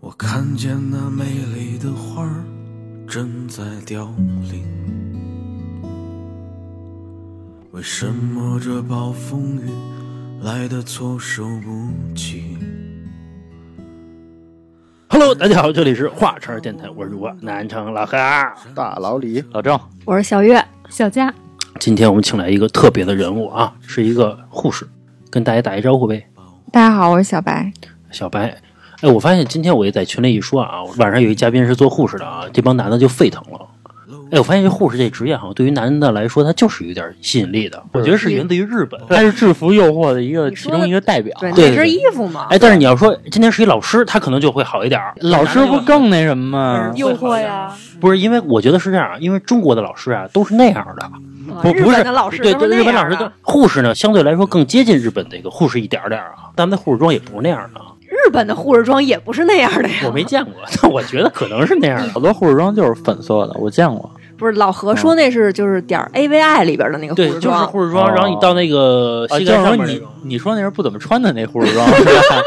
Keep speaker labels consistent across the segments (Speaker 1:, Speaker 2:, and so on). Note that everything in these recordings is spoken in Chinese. Speaker 1: 我看见那美丽的花儿正在凋零，为什么这暴风雨来得措手不及？
Speaker 2: Hello，大家好，这里是华晨电台，我是主播南城老黑儿
Speaker 3: 大
Speaker 4: 嗯
Speaker 3: 老李，
Speaker 2: 老郑。
Speaker 5: 我是小月，小佳，
Speaker 2: 今天我们请来一个特别的人物啊，是一个护士，跟大家打一招呼呗。
Speaker 5: 大家好，我是小白。
Speaker 2: 小白，哎，我发现今天我也在群里一说啊，晚上有一嘉宾是做护士的啊，这帮男的就沸腾了。哎，我发现这护士这职业好像对于男的来说，他就是有点吸引力的。我觉得是源自于日本。
Speaker 4: 他是制服诱惑的一个
Speaker 5: 你
Speaker 4: 其
Speaker 5: 说
Speaker 4: 中一个代表。
Speaker 5: 对，
Speaker 2: 对
Speaker 5: 那身衣服嘛，
Speaker 2: 哎，但是你要说今天是一老师，他可能就会好一点儿。
Speaker 4: 老师不更那什么吗？
Speaker 5: 诱惑呀，
Speaker 2: 不是因为我觉得是这样啊，因为中国的老师啊都是那样的，
Speaker 5: 啊
Speaker 2: 不
Speaker 5: 日
Speaker 2: 不
Speaker 5: 本
Speaker 2: 是
Speaker 5: 的老师
Speaker 2: 对
Speaker 5: 都
Speaker 2: 对，
Speaker 5: 是
Speaker 2: 日
Speaker 5: 那
Speaker 2: 本老
Speaker 5: 样啊
Speaker 2: 师的
Speaker 5: 的。
Speaker 2: 护士呢，相对来说更接近日本的一个护士一点儿点儿啊，咱们的护士装也不是那样的，啊，
Speaker 5: 日本的护士装也不是那样的呀。
Speaker 2: 我没见 过，但我觉得可能是那样的。
Speaker 4: 好多护士装就是粉色的，我见过。
Speaker 5: 不是老何说那是就是点儿 AVI 里边的那
Speaker 2: 嗯
Speaker 5: 个
Speaker 2: 对
Speaker 5: 护，士
Speaker 2: 就是
Speaker 5: 装，
Speaker 2: 护士装，
Speaker 4: 哦
Speaker 2: 然后你到那个
Speaker 4: 啊，
Speaker 2: 膝
Speaker 4: 就
Speaker 2: 盖
Speaker 4: 是
Speaker 2: 上
Speaker 4: 说
Speaker 2: 面那
Speaker 4: 你
Speaker 2: 种。
Speaker 4: 你说那是不怎么穿的那护士装，是吧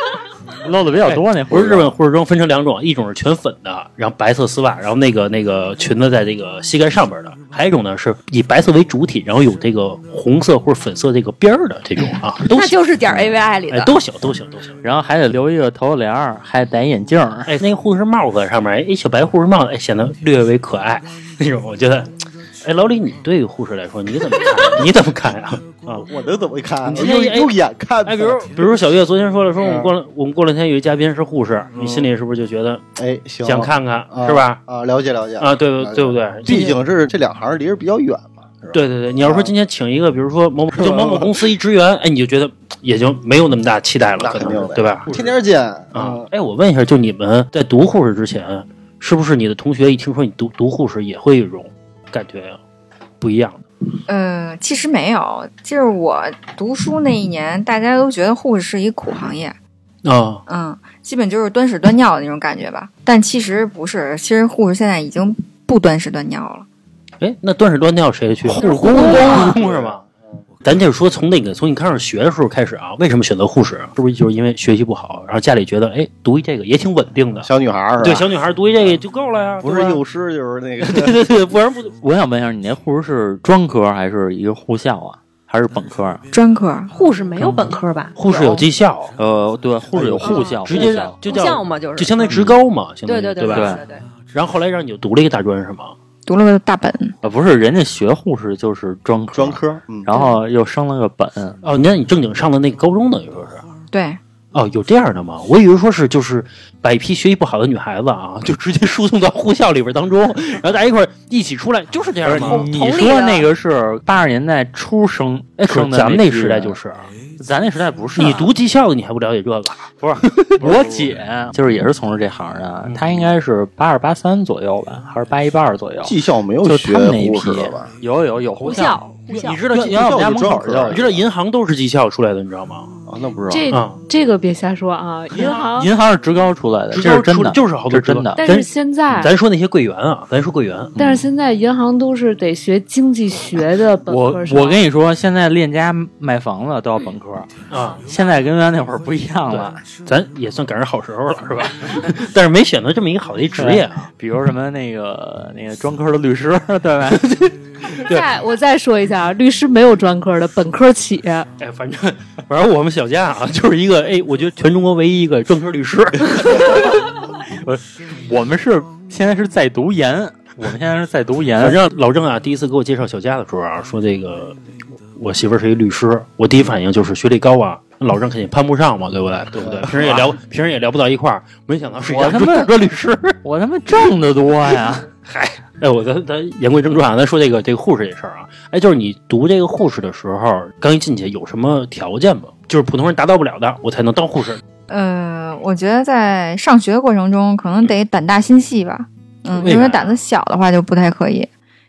Speaker 4: 露的比较多那护
Speaker 2: 哎不是日
Speaker 4: 士装。
Speaker 2: 本护士装分成两种，一种是全粉的，然后白色丝袜，然后那个那个裙子在这个膝盖上边的；
Speaker 5: 嗯
Speaker 2: 还有一种呢是以白色为主体，然后有这个红色或者粉色这个边儿的这种啊，都
Speaker 5: 嗯那
Speaker 2: 行，
Speaker 5: 就是点儿 AVI 里
Speaker 2: 哎，
Speaker 5: 的。
Speaker 2: 都行，都行，都行。
Speaker 4: 然后还得留一个头发帘儿，还戴眼镜儿。
Speaker 2: 哎，那个护士帽子上面，哎，小白护士帽子，哎，显得略微可爱 那种。我觉得，哎，老李，你对护士来说，你怎么看？ 你怎么看呀、啊？
Speaker 3: 我能怎么看？
Speaker 2: 你这哎
Speaker 3: 用用眼看的。
Speaker 2: 哎，比 如，比如小月昨天说了，说我们过了，我们过两天有一嘉宾是护士，你心里是不是就觉得
Speaker 3: 哎，行，
Speaker 2: 想看看，
Speaker 3: 啊
Speaker 2: 是吧？
Speaker 3: 啊，了解了解
Speaker 2: 啊，对
Speaker 3: 了解
Speaker 2: 对不对？今
Speaker 3: 毕
Speaker 2: 天，
Speaker 3: 竟这是这两行离着比较远嘛，是吧？
Speaker 2: 对对对，你要说今天请一个，比如说某就某某公司一职员，哎，你就觉得也就没有那么大期待了，
Speaker 3: 那
Speaker 2: 可
Speaker 3: 肯
Speaker 2: 能
Speaker 3: 定
Speaker 2: 是
Speaker 3: 的，
Speaker 2: 对吧？
Speaker 3: 天天见嗯
Speaker 2: 啊，，哎，我问一下，就你们在读护士之前，是不是你的同学一听说你读读护士，也会有一种感觉呀不一样的？
Speaker 6: 呃，其实没有，就是我读书那一年，大家都觉得护士是一苦行业，
Speaker 2: 啊，
Speaker 6: 嗯，基本就是端屎端尿的那种感觉吧。但其实不是，其实护士现在已经不端屎端尿了。
Speaker 2: 哎，那端屎端尿谁去？护工，
Speaker 3: 啊
Speaker 2: 护工是吧？
Speaker 3: 嗯
Speaker 2: 咱就是说，从那个从你开始学的时候开始啊，为什么选择护士？是不是就是因为学习不好，然后家里觉得，哎，读一这个也挺稳定的，
Speaker 3: 小女孩儿是吧？啊
Speaker 2: 对，小女孩读一这个就够了呀，
Speaker 3: 不是
Speaker 2: 对
Speaker 4: 啊
Speaker 2: 吧
Speaker 3: 幼师就是那个
Speaker 2: 对对对，不然不
Speaker 4: 我想问一下，你那护士是专科还是一个护校啊？还是本科啊？
Speaker 6: 专科
Speaker 5: 护士没有本科吧？
Speaker 2: 护士有技校，
Speaker 4: 呃，对，护士有护校，
Speaker 2: 直接
Speaker 4: 护校
Speaker 2: 就
Speaker 5: 护校
Speaker 2: 叫
Speaker 5: 嘛，就是
Speaker 2: 就相当于职高嘛，相当
Speaker 5: 对
Speaker 2: 于
Speaker 5: 对
Speaker 2: 对吧？
Speaker 5: 对
Speaker 4: 吧
Speaker 5: 对对。
Speaker 2: 然后后来让你就读了一个大专是吗？
Speaker 6: 读了个大本，
Speaker 4: 呃不是人家学护士就是专科，
Speaker 3: 专，科， 嗯，
Speaker 4: 然后又升了个本，
Speaker 2: 哦，那你正经上的那个高中等于说是。
Speaker 6: 对，
Speaker 2: 哦，有这样的吗？我以为说是就是把一批学习不好的女孩子啊，就直接输送到护校里边 当中，然后大家一块儿一起出来，就是这
Speaker 4: 不是
Speaker 2: 样
Speaker 7: 哦
Speaker 2: 吗？
Speaker 4: 你
Speaker 5: 同理
Speaker 4: 说
Speaker 7: 啊
Speaker 5: 的
Speaker 4: 那个是八十年代初生，
Speaker 2: 哎，可
Speaker 4: 生
Speaker 2: 是
Speaker 4: 的
Speaker 2: 咱们
Speaker 4: 那
Speaker 2: 那
Speaker 4: 批
Speaker 2: 时代
Speaker 4: 人
Speaker 2: 就是啊，
Speaker 4: 咱那时代不是啊
Speaker 2: 你读技校的你还不了解这个？啊
Speaker 4: 不是我姐，就是嗯也是从事这行的，她应该是八二八三左右吧，还是八一八二左右？
Speaker 3: 技校没有
Speaker 4: 就是
Speaker 3: 学
Speaker 4: 他们那一
Speaker 3: 护士
Speaker 4: 批
Speaker 3: 的吧？，
Speaker 4: 有有有护
Speaker 5: 护校，护校
Speaker 2: 你，知道技
Speaker 4: 原来我们家门口
Speaker 3: 专科
Speaker 4: 就
Speaker 2: 你知道银行都是技校出来的，你知道吗？
Speaker 4: 嗯
Speaker 3: 啊，那不知道。
Speaker 7: 这
Speaker 2: 啊，
Speaker 7: 这个别瞎说啊，银行。
Speaker 4: 银行是职高出来的，
Speaker 2: 职
Speaker 4: 这
Speaker 2: 高
Speaker 4: 是真
Speaker 2: 出
Speaker 4: 的，
Speaker 2: 就是好多
Speaker 4: 这是真的。
Speaker 7: 但是现在，
Speaker 2: 咱说那些柜员啊，咱说柜员，
Speaker 7: 但是现在银行都是得学经济学的本
Speaker 4: 我
Speaker 7: 科生。
Speaker 4: 我跟你说，现在链家卖房子都要本科，
Speaker 2: 啊，
Speaker 4: 现在跟原来那会儿不一样了。
Speaker 2: 咱也算赶上好时候了，是吧？ 但是没选择这么一个好的一职业啊，
Speaker 4: 比如什么那个那个专科的律师，对吧？
Speaker 7: 再我再说一下，啊律师没有专科的，本科起。
Speaker 2: 哎，反正反正我们小佳啊，就是一个哎，我觉得全中国唯一一个专科律师，
Speaker 4: 我们是现在是在读研，我们现在是在读
Speaker 2: 反
Speaker 4: 研。
Speaker 2: 正老郑啊，第一次给我介绍小佳的时候啊，说这个我媳妇儿是一律师，我第一反应就是学历高啊，老郑肯定攀不上嘛，对不对？对不对？平时也聊，平时也聊不到一块儿，没想到是一家
Speaker 4: 我他
Speaker 2: 专
Speaker 4: 妈
Speaker 2: 科律 师。
Speaker 4: 我他妈挣得多呀！
Speaker 2: 哎，我咱咱言归正传啊，咱说这个这个护士这事儿啊，哎，就是你读这个护士的时候，刚一进去有什么条件吗？就是普通人达到不了的，我才能当护士。
Speaker 6: 呃，我觉得在上学过程中，可能得胆大心细吧。嗯，
Speaker 2: 为啥
Speaker 6: 如果胆子小的话就不太可以，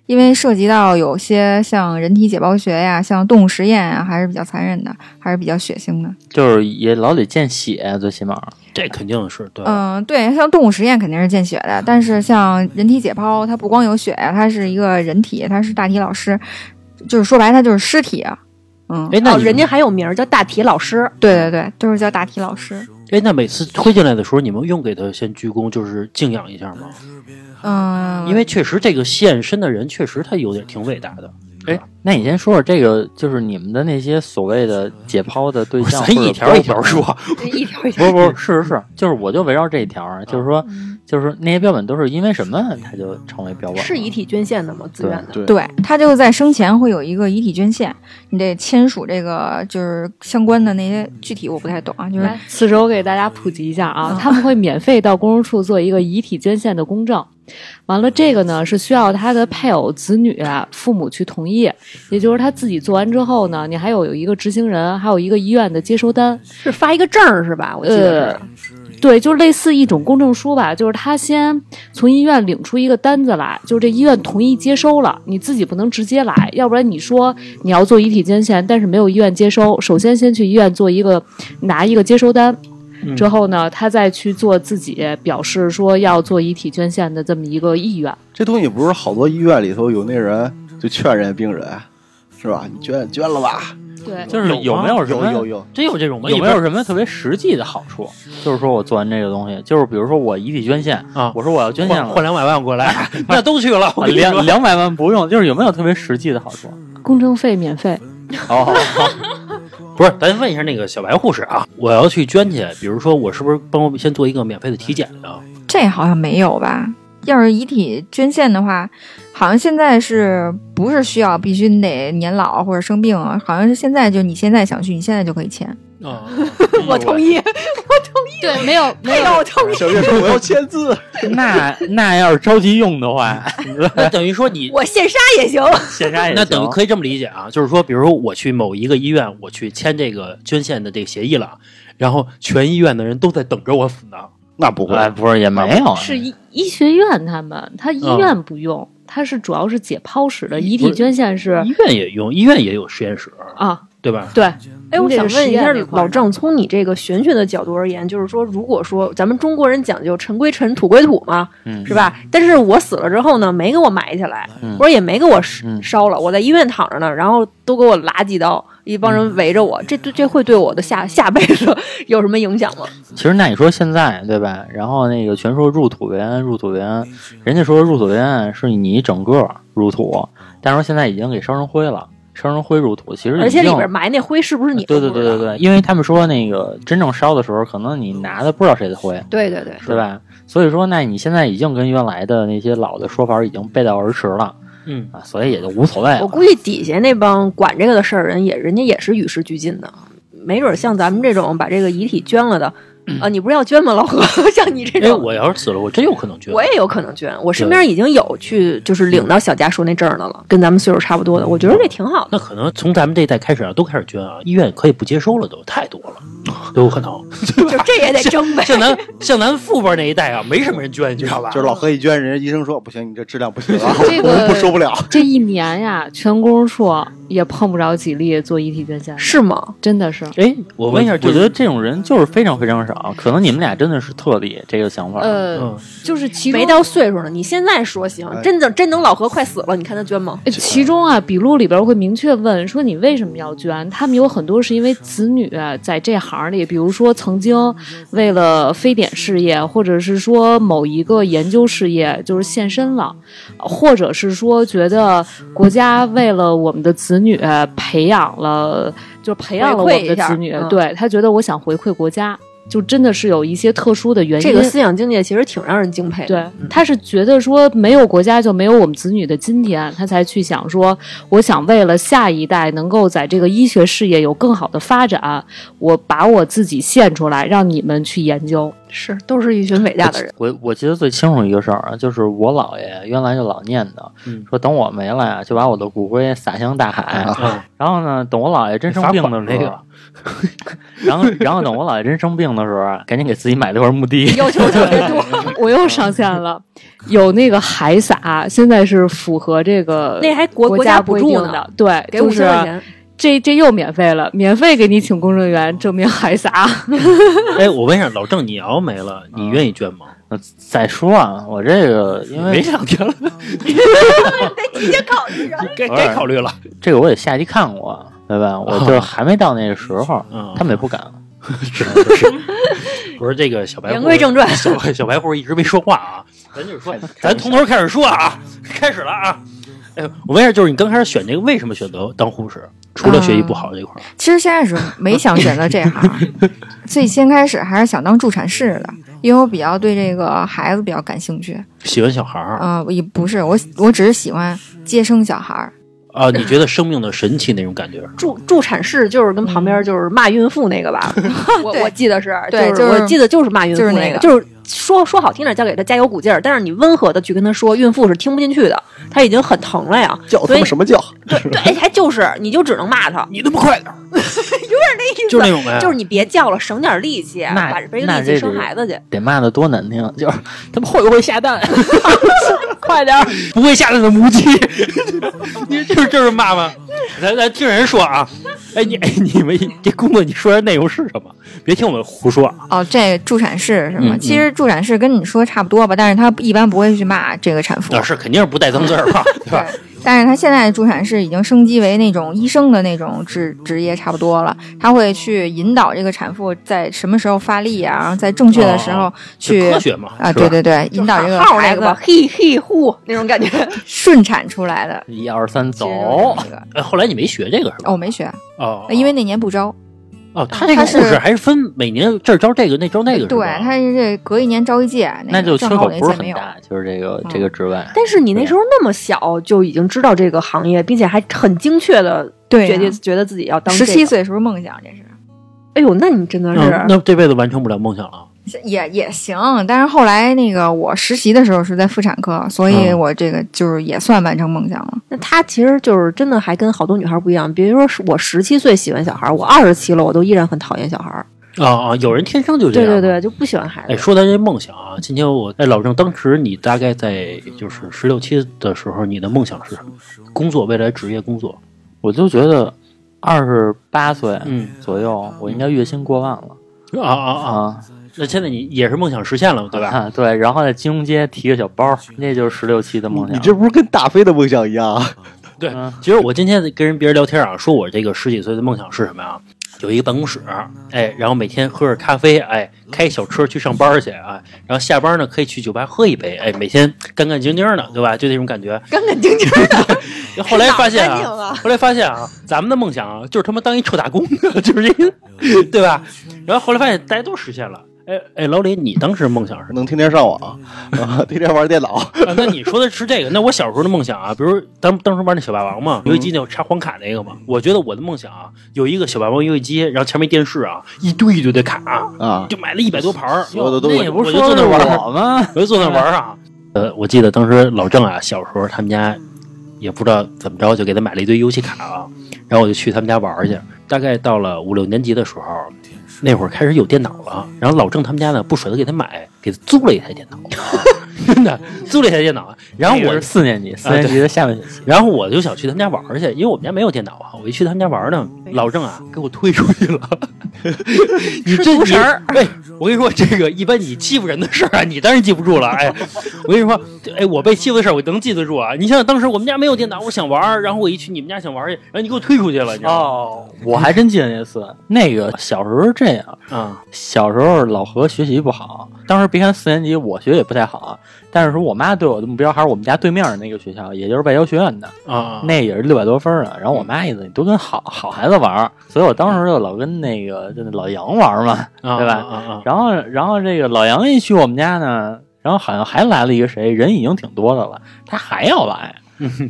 Speaker 6: 因为涉及到有些像人体解剖学呀、像动物实验啊，还是比较残忍的，还是比较血腥的。
Speaker 4: 就是也老得见血，最起码
Speaker 2: 这肯定是对。
Speaker 6: 嗯，对，像动物实验肯定是见血的，但是像人体解剖，它不光有血呀，它是一个人体，它是大体老师，就是说白了，它就是尸体啊。嗯，
Speaker 2: 哎，那
Speaker 5: 哦，
Speaker 2: 你
Speaker 5: 人家还有名儿叫大体老师，
Speaker 6: 对对对，都是叫大体老师。
Speaker 2: 哎，那每次推进来的时候，你们用给他先鞠躬，就是敬仰一下吗？
Speaker 6: 嗯，
Speaker 2: 因为确实这个献身的人，确实他有点挺伟大的。
Speaker 4: 哎，那你先说说这个，就是你们的那些所谓的解剖的对象，
Speaker 2: 咱一条一条说，
Speaker 5: 一条 一
Speaker 4: 不是不是，是是是，就是我就围绕这一条啊，就是
Speaker 5: 哦
Speaker 4: 说，就是那些标本都是因为什么它就成为标本了？
Speaker 5: 是遗体捐献的吗？自愿的。
Speaker 3: 对，
Speaker 6: 对，他就在生前会有一个遗体捐献，你得签署这个就是相关的那些具体我不太懂啊，就是
Speaker 7: 来，此时我给大家普及一下啊
Speaker 6: 嗯，
Speaker 7: 他们会免费到公证处做一个遗体捐献的公证。完了，这个呢是需要他的配偶、子女、啊父母去同意，也就是他自己做完之后呢，你还有有一个执行人，还有一个医院的接收单，
Speaker 5: 是发一个证儿是吧？我记得是
Speaker 7: 呃，对，就类似一种公证书吧，就是他先从医院领出一个单子来，就是这医院同意接收了，你自己不能直接来，要不然你说你要做遗体捐献，但是没有医院接收，首先先去医院做一个拿一个接收单。
Speaker 5: 嗯
Speaker 7: 之后呢，他再去做自己表示说要做遗体捐献的这么一个意愿。
Speaker 3: 这东西不是好多医院里头有那人就劝人家病人，是吧？你捐捐了吧，
Speaker 7: 对，
Speaker 4: 就是有没有什
Speaker 3: 有
Speaker 4: 么
Speaker 3: 有有，
Speaker 2: 真有这种吗？
Speaker 4: 有
Speaker 2: 一
Speaker 4: 没有
Speaker 2: 般
Speaker 4: 什么特别实际的好处？就是说我做完这个东西，就是比如说我遗体捐献
Speaker 2: 啊
Speaker 4: 我说我要捐献
Speaker 2: 换
Speaker 4: 了
Speaker 2: 换两百万过 来？那都去了，
Speaker 4: 啊
Speaker 2: 我跟你说
Speaker 4: 两两百万不用，就是有没有特别实际的好处？
Speaker 7: 公证费免费，
Speaker 4: 哦，
Speaker 2: 不是，咱问一下那个小白护士啊，我要去捐去，比如说我是不是帮我先做一个免费的体检 啊？
Speaker 6: 这好像没有吧？要是遗体捐献的话，好像现在是不是需要必须你得年老或者生病啊？好像是现在就你现在想去，你现在就可以签。
Speaker 2: 啊，
Speaker 5: 我同意，
Speaker 7: 对，没有没
Speaker 5: 配偶同意。
Speaker 3: 小月说我要签 字，
Speaker 4: 那那要是着急用的话，
Speaker 2: 那等于说 你，
Speaker 5: 我现杀也行，
Speaker 4: 现杀也
Speaker 2: 那等于
Speaker 4: 行
Speaker 2: 可以这么理解啊，就是说，比如说我去某一个医院，我去签这个捐献的这个协议了，然后全医院的人都在等着我死呢。
Speaker 3: 那不
Speaker 4: 哎，不是也没
Speaker 5: 哦
Speaker 4: 有啊，
Speaker 7: 是医医学院他们，他医院不用，他是主要是解剖室的，遗体捐献是
Speaker 2: 医院也用，医院也有实验室，
Speaker 7: 啊，
Speaker 2: 对吧？
Speaker 7: 对，
Speaker 5: 哎，我
Speaker 7: 这
Speaker 5: 想
Speaker 7: 是
Speaker 5: 问
Speaker 7: 实
Speaker 5: 一
Speaker 7: 验
Speaker 5: 下
Speaker 7: 那块儿
Speaker 5: 老郑，从你这个玄学的角度而言，就是说，如果说咱们中国人讲究尘归尘，土归土嘛，
Speaker 4: 嗯
Speaker 5: 是吧？但是我死了之后呢，没给我埋起来，
Speaker 4: 嗯
Speaker 5: 或者也没给我烧
Speaker 4: 嗯
Speaker 5: 烧了，我在医院躺着呢，然后都给我剌几刀，一帮人围着我，这对这会对我的下下辈子 有什么影响吗？
Speaker 4: 其实那你说现在对吧？然后那个全说入土为安，入土为
Speaker 5: 嗯
Speaker 4: 安，人家说入土为安是你整个入土，但是说现在已经给烧成灰了，烧成灰入土，其实已
Speaker 5: 而且里
Speaker 4: 经
Speaker 5: 边埋那灰是不是你
Speaker 4: 对对
Speaker 5: 都不
Speaker 4: 对
Speaker 5: 知道？
Speaker 4: 对对，因为他们说那个真正烧的时候，可能你拿的不知道谁的灰，
Speaker 5: 对对对对，
Speaker 4: 对吧？所以说，那你现在已经跟原来的那些老的说法已经背道而驰了
Speaker 2: 嗯，
Speaker 4: 啊，所以也就无所谓
Speaker 5: 我
Speaker 7: 哎
Speaker 4: 了。
Speaker 5: 估计底下那帮管这个的事儿人也，人家也是与时俱进的，没准儿像咱们这种把这个遗体捐了的，啊，你不是要捐吗，老何？ 像你这
Speaker 2: 哎，
Speaker 5: 种，
Speaker 2: 我要是死了，我真有可能捐。
Speaker 5: 我也有可能捐。我身边已经有去就是领到小家属那证儿的了，跟咱们岁数差不多的，我觉得这挺好的。
Speaker 2: 那可能从咱们这一代开始啊，都开始捐啊，医院可以不接收了都，太多了，都有可能。
Speaker 5: 就这也得争呗。
Speaker 2: 像咱像咱父辈那一代啊，没什么人捐，你知道吧？
Speaker 3: 就是老何一捐，人家医生说不行，你这质量不行啊，
Speaker 7: 这个
Speaker 3: 我们不收不了。
Speaker 7: 这一年呀，全公证处也碰不着几例做遗体捐献的，
Speaker 5: 是吗？
Speaker 7: 真的是。
Speaker 4: 哎，
Speaker 2: 我问一下
Speaker 4: 我
Speaker 2: 就是
Speaker 4: 觉得这种人就是非常非常少，可能你们俩真的是特例，这个想法。
Speaker 7: 呃，
Speaker 2: 嗯，
Speaker 7: 就是其中
Speaker 5: 没到岁数呢，你现在说行
Speaker 3: 哎，
Speaker 5: 真等真等老何快死了，你看他捐吗？
Speaker 7: 呃其中啊，笔录里边会明确问说你为什么要捐？他们有很多是因为子女在这行里，比如说曾经为了非典事业，或者是说某一个研究事业就是献身了，或者是说觉得国家为了我们的子女培养了，就是培养了我
Speaker 5: 回馈
Speaker 7: 们的
Speaker 5: 一下
Speaker 7: 子女，
Speaker 5: 嗯
Speaker 7: 对他觉得我想回馈国家，就真的是有一些特殊的原因。
Speaker 5: 这个思想境界其实挺让人敬佩的。
Speaker 7: 对，他是觉得说没有国家就没有我们子女的今天，他才去想说，我想为了下一代能够在这个医学事业有更好的发展，我把我自己献出来，让你们去研究。
Speaker 5: 是都是一群伟大的人。
Speaker 4: 我我记得最清楚一个事儿啊，就是我姥爷原来就老念叨，
Speaker 2: 嗯
Speaker 4: 说等我没了呀，就把我的骨灰撒向大海。
Speaker 2: 啊
Speaker 4: 然后呢，等我姥爷真生病的时
Speaker 2: 你
Speaker 4: 候
Speaker 2: 撒谎，
Speaker 4: 然后然后等我姥爷真生病的时候，啊赶紧给自己买了块墓地。
Speaker 5: 要求特别多，
Speaker 7: 我又上线了，有那个海撒，现在是符合这个
Speaker 5: 那还国
Speaker 7: 国
Speaker 5: 家
Speaker 7: 补
Speaker 5: 补
Speaker 7: 助
Speaker 5: 助
Speaker 7: 呢
Speaker 5: 呢，
Speaker 7: 对，
Speaker 5: 给
Speaker 7: 就
Speaker 5: 五
Speaker 7: 是
Speaker 5: 千块钱。
Speaker 7: 这这又免费了，免费给你请公证员证明海撒。
Speaker 2: 哎，我问一下老郑，你要没了，
Speaker 5: 啊
Speaker 2: 你愿意捐吗？
Speaker 4: 呃再说啊，我这个因
Speaker 2: 没
Speaker 4: 为
Speaker 2: 两天了，
Speaker 5: 提前考虑啊。
Speaker 2: 该
Speaker 4: 该
Speaker 2: 该
Speaker 4: 考
Speaker 2: 考虑了。
Speaker 4: 这个我也下去看
Speaker 2: 啊
Speaker 4: 过，对吧？我就还没到那个时候，
Speaker 2: 嗯
Speaker 4: 他们也不敢。
Speaker 2: 我说这个小白
Speaker 5: 言
Speaker 2: 狐，
Speaker 5: 归正传
Speaker 2: 小小白狐一直没说话啊，咱就是说，咱从头开始说啊，开始了啊。哎，我问一下，就是你刚开始选这个，为什么选择当护士？除了学习不好这块儿，
Speaker 6: 其实先开始没想选择这 行，最先开始还是想当助产士的，因为我比较对这个孩子比较感兴趣。
Speaker 2: 喜欢小孩儿
Speaker 6: 啊、也不是我，我只是喜欢接生小孩儿。
Speaker 2: 啊？你觉得生命的神奇那种感觉？
Speaker 5: 助助产士就是跟旁边就是骂孕妇那个吧，我
Speaker 6: 对
Speaker 5: 我记得是，
Speaker 6: 对
Speaker 5: 就是
Speaker 6: 就是
Speaker 5: 我记得就是骂孕妇
Speaker 6: 就是那
Speaker 5: 那
Speaker 6: 个
Speaker 5: 就是说说好听点叫给她加油鼓劲儿，但是你温和的去跟她说，孕妇是听不进去的，她已经很疼了呀，
Speaker 3: 叫他
Speaker 5: 所以
Speaker 3: 妈什么叫？
Speaker 5: 对对，哎还就是你就只能骂她，
Speaker 2: 你他妈快点！
Speaker 5: 那意思
Speaker 2: 就是那种呗
Speaker 5: 就是你别叫了，省点力气，
Speaker 4: 那
Speaker 5: 把这
Speaker 4: 那
Speaker 5: 个
Speaker 4: 这
Speaker 5: 力气
Speaker 4: 得
Speaker 5: 生孩子去。
Speaker 4: 得骂的多难听，就是他们会不会下 蛋？快点儿！
Speaker 2: 不会下来的 母鸡，你就是就是骂吗？咱咱听人说啊，哎你哎你们这工作你说的内容是什么？别听我们胡说啊，
Speaker 6: 哦，这助产士是吗？
Speaker 2: 嗯嗯
Speaker 6: 其实助产士跟你说差不多吧，但是他一般不会去骂这个产妇。
Speaker 2: 啊那是肯定是不带脏字儿 吧，对吧？
Speaker 6: 但是他现在助产士已经升级为那种医生的那种职职业差不多了，他会去引导这个产妇在什么时候发力啊，然后在正确的时候
Speaker 2: 哦
Speaker 6: 去
Speaker 2: 是科学嘛
Speaker 6: 啊，
Speaker 2: 是吧
Speaker 6: 对对对，引导这个
Speaker 5: 喊号那
Speaker 6: 孩
Speaker 5: 个
Speaker 6: 子
Speaker 5: 吧，嘿嘿呼那种感觉。
Speaker 6: 顺产出来的。
Speaker 4: 一二三，走！
Speaker 6: 其实就是这个
Speaker 2: 哎，后来你没学这个是吧？
Speaker 6: 哦，我没学，
Speaker 4: 呃
Speaker 2: 哦，
Speaker 6: 因为那年不招。
Speaker 2: 哦，他这个
Speaker 6: 他
Speaker 2: 护
Speaker 6: 是
Speaker 2: 士还是分每年这儿招这个，那招那个，
Speaker 6: 对，他是这隔一年招一届，
Speaker 4: 那
Speaker 6: 个
Speaker 4: 就缺
Speaker 6: 正好
Speaker 4: 口
Speaker 6: 我那
Speaker 4: 不
Speaker 6: 届
Speaker 4: 是
Speaker 6: 没
Speaker 4: 很
Speaker 6: 有。
Speaker 4: 大，就是这个
Speaker 6: 嗯
Speaker 4: 这个职位。
Speaker 5: 但是你那时候那么小就已经知道这个行业，并且还很精确的
Speaker 6: 对
Speaker 5: 决
Speaker 6: 呀、
Speaker 5: 定觉得自己要当
Speaker 6: 十七
Speaker 5: 这个，
Speaker 6: 岁时候梦想，这是
Speaker 5: 哎呦，那你真的
Speaker 2: 嗯
Speaker 5: 是
Speaker 2: 那这辈子完成不了梦想了。
Speaker 6: 是也也行。但是后来那个我实习的时候是在妇产科，所以
Speaker 4: 嗯
Speaker 6: 我这个就是也算完成梦想 了。
Speaker 5: 那她其实就是真的还跟好多女孩不一样。比如说是我十七岁喜欢小孩，我二十七了，我都依然很讨厌小孩。
Speaker 2: 啊啊！有人天生就这
Speaker 5: 对
Speaker 2: 样。
Speaker 5: 对。对，就不喜欢孩
Speaker 2: 哎，
Speaker 5: 子。
Speaker 2: 说咱这梦想啊，今天我哎，老郑，当时你大概在就是十六七的时候，你的梦想是什么？工作，未来职业工作。
Speaker 4: 我就觉得二十八岁
Speaker 2: 嗯
Speaker 4: 左右，我应该月薪过万了
Speaker 2: 啊啊啊！
Speaker 4: 啊，
Speaker 2: 那现在你也是梦想实现了，对吧？
Speaker 4: 啊对，然后在金融街提个小包，那就是十六七的梦
Speaker 3: 你
Speaker 4: 想。
Speaker 3: 这不是跟大飞的梦想一样啊？
Speaker 2: 对
Speaker 4: 嗯，
Speaker 2: 其实我今天跟人别人聊天啊，说我这个十几岁的梦想是什么呀？有一个办公室，哎，然后每天喝着咖啡，哎，开小车去上班去啊，然后下班呢可以去酒吧喝一杯，哎，每天干干净净的，对吧？就那种感觉。
Speaker 5: 干干净净的，
Speaker 2: 后来发现
Speaker 5: 干净
Speaker 2: 啊
Speaker 5: 啊，
Speaker 2: 后来发现啊，咱们的梦想啊，就是他妈当一臭打工的，就是这个，对吧？然后后来发现大家都实现了。哎哎，老李，你当时梦想是什么？
Speaker 3: 能天天上网，啊，
Speaker 2: 嗯
Speaker 3: 天天玩 电脑，
Speaker 2: 啊那你说的是这个？那我小时候的梦想啊，比如当当时玩那小霸王嘛，
Speaker 3: 嗯
Speaker 2: 游戏机那有插黄卡那个嘛，我觉得我的梦想啊，有一个小霸王游戏机，然后前面电视啊，一堆一堆的卡
Speaker 3: 啊
Speaker 2: 就买了一百多盘儿，
Speaker 3: 所有的都
Speaker 2: 那也不
Speaker 4: 不
Speaker 2: 是
Speaker 4: 是
Speaker 2: 坐
Speaker 4: 说
Speaker 2: 那
Speaker 4: 的
Speaker 2: 玩
Speaker 3: 啊
Speaker 2: 儿，
Speaker 4: 我 吗？
Speaker 2: 我就坐那玩儿啊。呃，我记得当时老郑啊，小时候他们家也不知道怎么着，就给他买了一堆游戏卡啊，然后我就去他们家玩儿去。大概到了五六年级的时候，那会儿开始有电脑了，然后老郑他们家呢不舍得给他买，给他租了一台电脑， 真的租了一台电脑。然后
Speaker 4: 那个哦
Speaker 2: 我
Speaker 4: 是四年级，四年级的下半学期。
Speaker 2: 然后我就想去他们家玩儿去，因为我们家没有电脑啊。我一去他们家玩儿呢，
Speaker 4: 哎
Speaker 2: 老郑啊给我推出去 了。你这你哎，我跟你说，这个一般你欺负人的事儿啊，你当然记不住了。 哎，我跟你说，哎，我被欺负的事儿我能记得住啊。你想想，当时我们家没有电脑，我想玩儿，然后我一去你们家想玩儿去，然后你给我推出去了，你知道吗？
Speaker 4: 哦，我还真记得那次，那个小时候这样，
Speaker 2: 啊、
Speaker 4: 小时候老何学习不好，当时别看四年级我学也不太好，但是说我妈对我的目标还是我们家对面的那个学校，也就是外交学院的，
Speaker 2: 啊，
Speaker 4: 那也是六百多分啊。然后我妈意思你多跟好好孩子玩儿，所以我当时就老跟那个就那老杨玩儿嘛。
Speaker 2: 啊
Speaker 4: 对吧
Speaker 2: 啊啊
Speaker 4: 然后然后这个老杨一去我们家呢，然后好像还来了一个谁，人已经挺多的了，他还要来。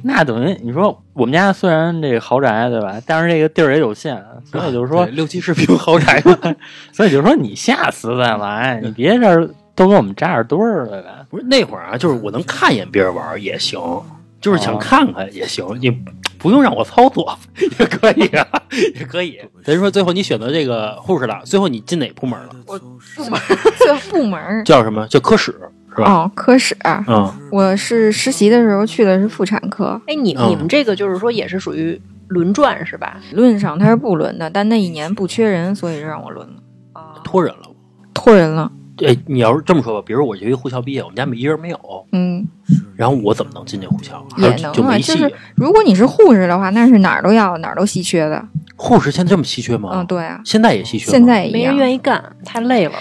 Speaker 4: 那等于你说我们家虽然这个豪宅对吧，但是这个地儿也有限，所以就是
Speaker 2: 说
Speaker 4: 说
Speaker 2: 六七十平豪宅嘛，
Speaker 4: 所以就说你下次再来，你别这儿都跟我们扎着堆儿了呗。
Speaker 2: 不是那会儿啊，就是我能看见别人玩儿也行，就是想
Speaker 4: 哦
Speaker 2: 看看也行，你不用让我操作 也可以啊，也可以。咱说最后你选择这个护士了，最后你进哪部门了？
Speaker 6: 这部门儿
Speaker 2: 叫什么？叫科室是吧？
Speaker 6: 哦，科室，
Speaker 2: 嗯，
Speaker 6: 我是实习的时候去的是妇产科，
Speaker 5: 哎，你
Speaker 2: 嗯
Speaker 5: 你们这个就是说也是属于轮转是吧？
Speaker 6: 理论上它是不轮的，但那一年不缺人，所以就让我轮了，
Speaker 2: 托人了。
Speaker 6: 托人了。
Speaker 2: 哎，你要是这么说吧，比如我学一护校毕业，我们家没一人没有，
Speaker 6: 嗯，
Speaker 2: 然后我怎么能进这护校？还
Speaker 6: 也
Speaker 2: 有
Speaker 6: 能
Speaker 2: 就
Speaker 6: 啊，
Speaker 2: 没
Speaker 6: 就
Speaker 2: 戏。
Speaker 6: 是如果你是护士的话，那是哪儿都要，哪儿都稀缺的。
Speaker 2: 护士现在这么稀缺吗？
Speaker 4: 哦
Speaker 6: 嗯，对啊，
Speaker 2: 现在也稀缺吗。
Speaker 6: 现在也一
Speaker 5: 没人
Speaker 6: 样。
Speaker 5: 愿意干，太累了。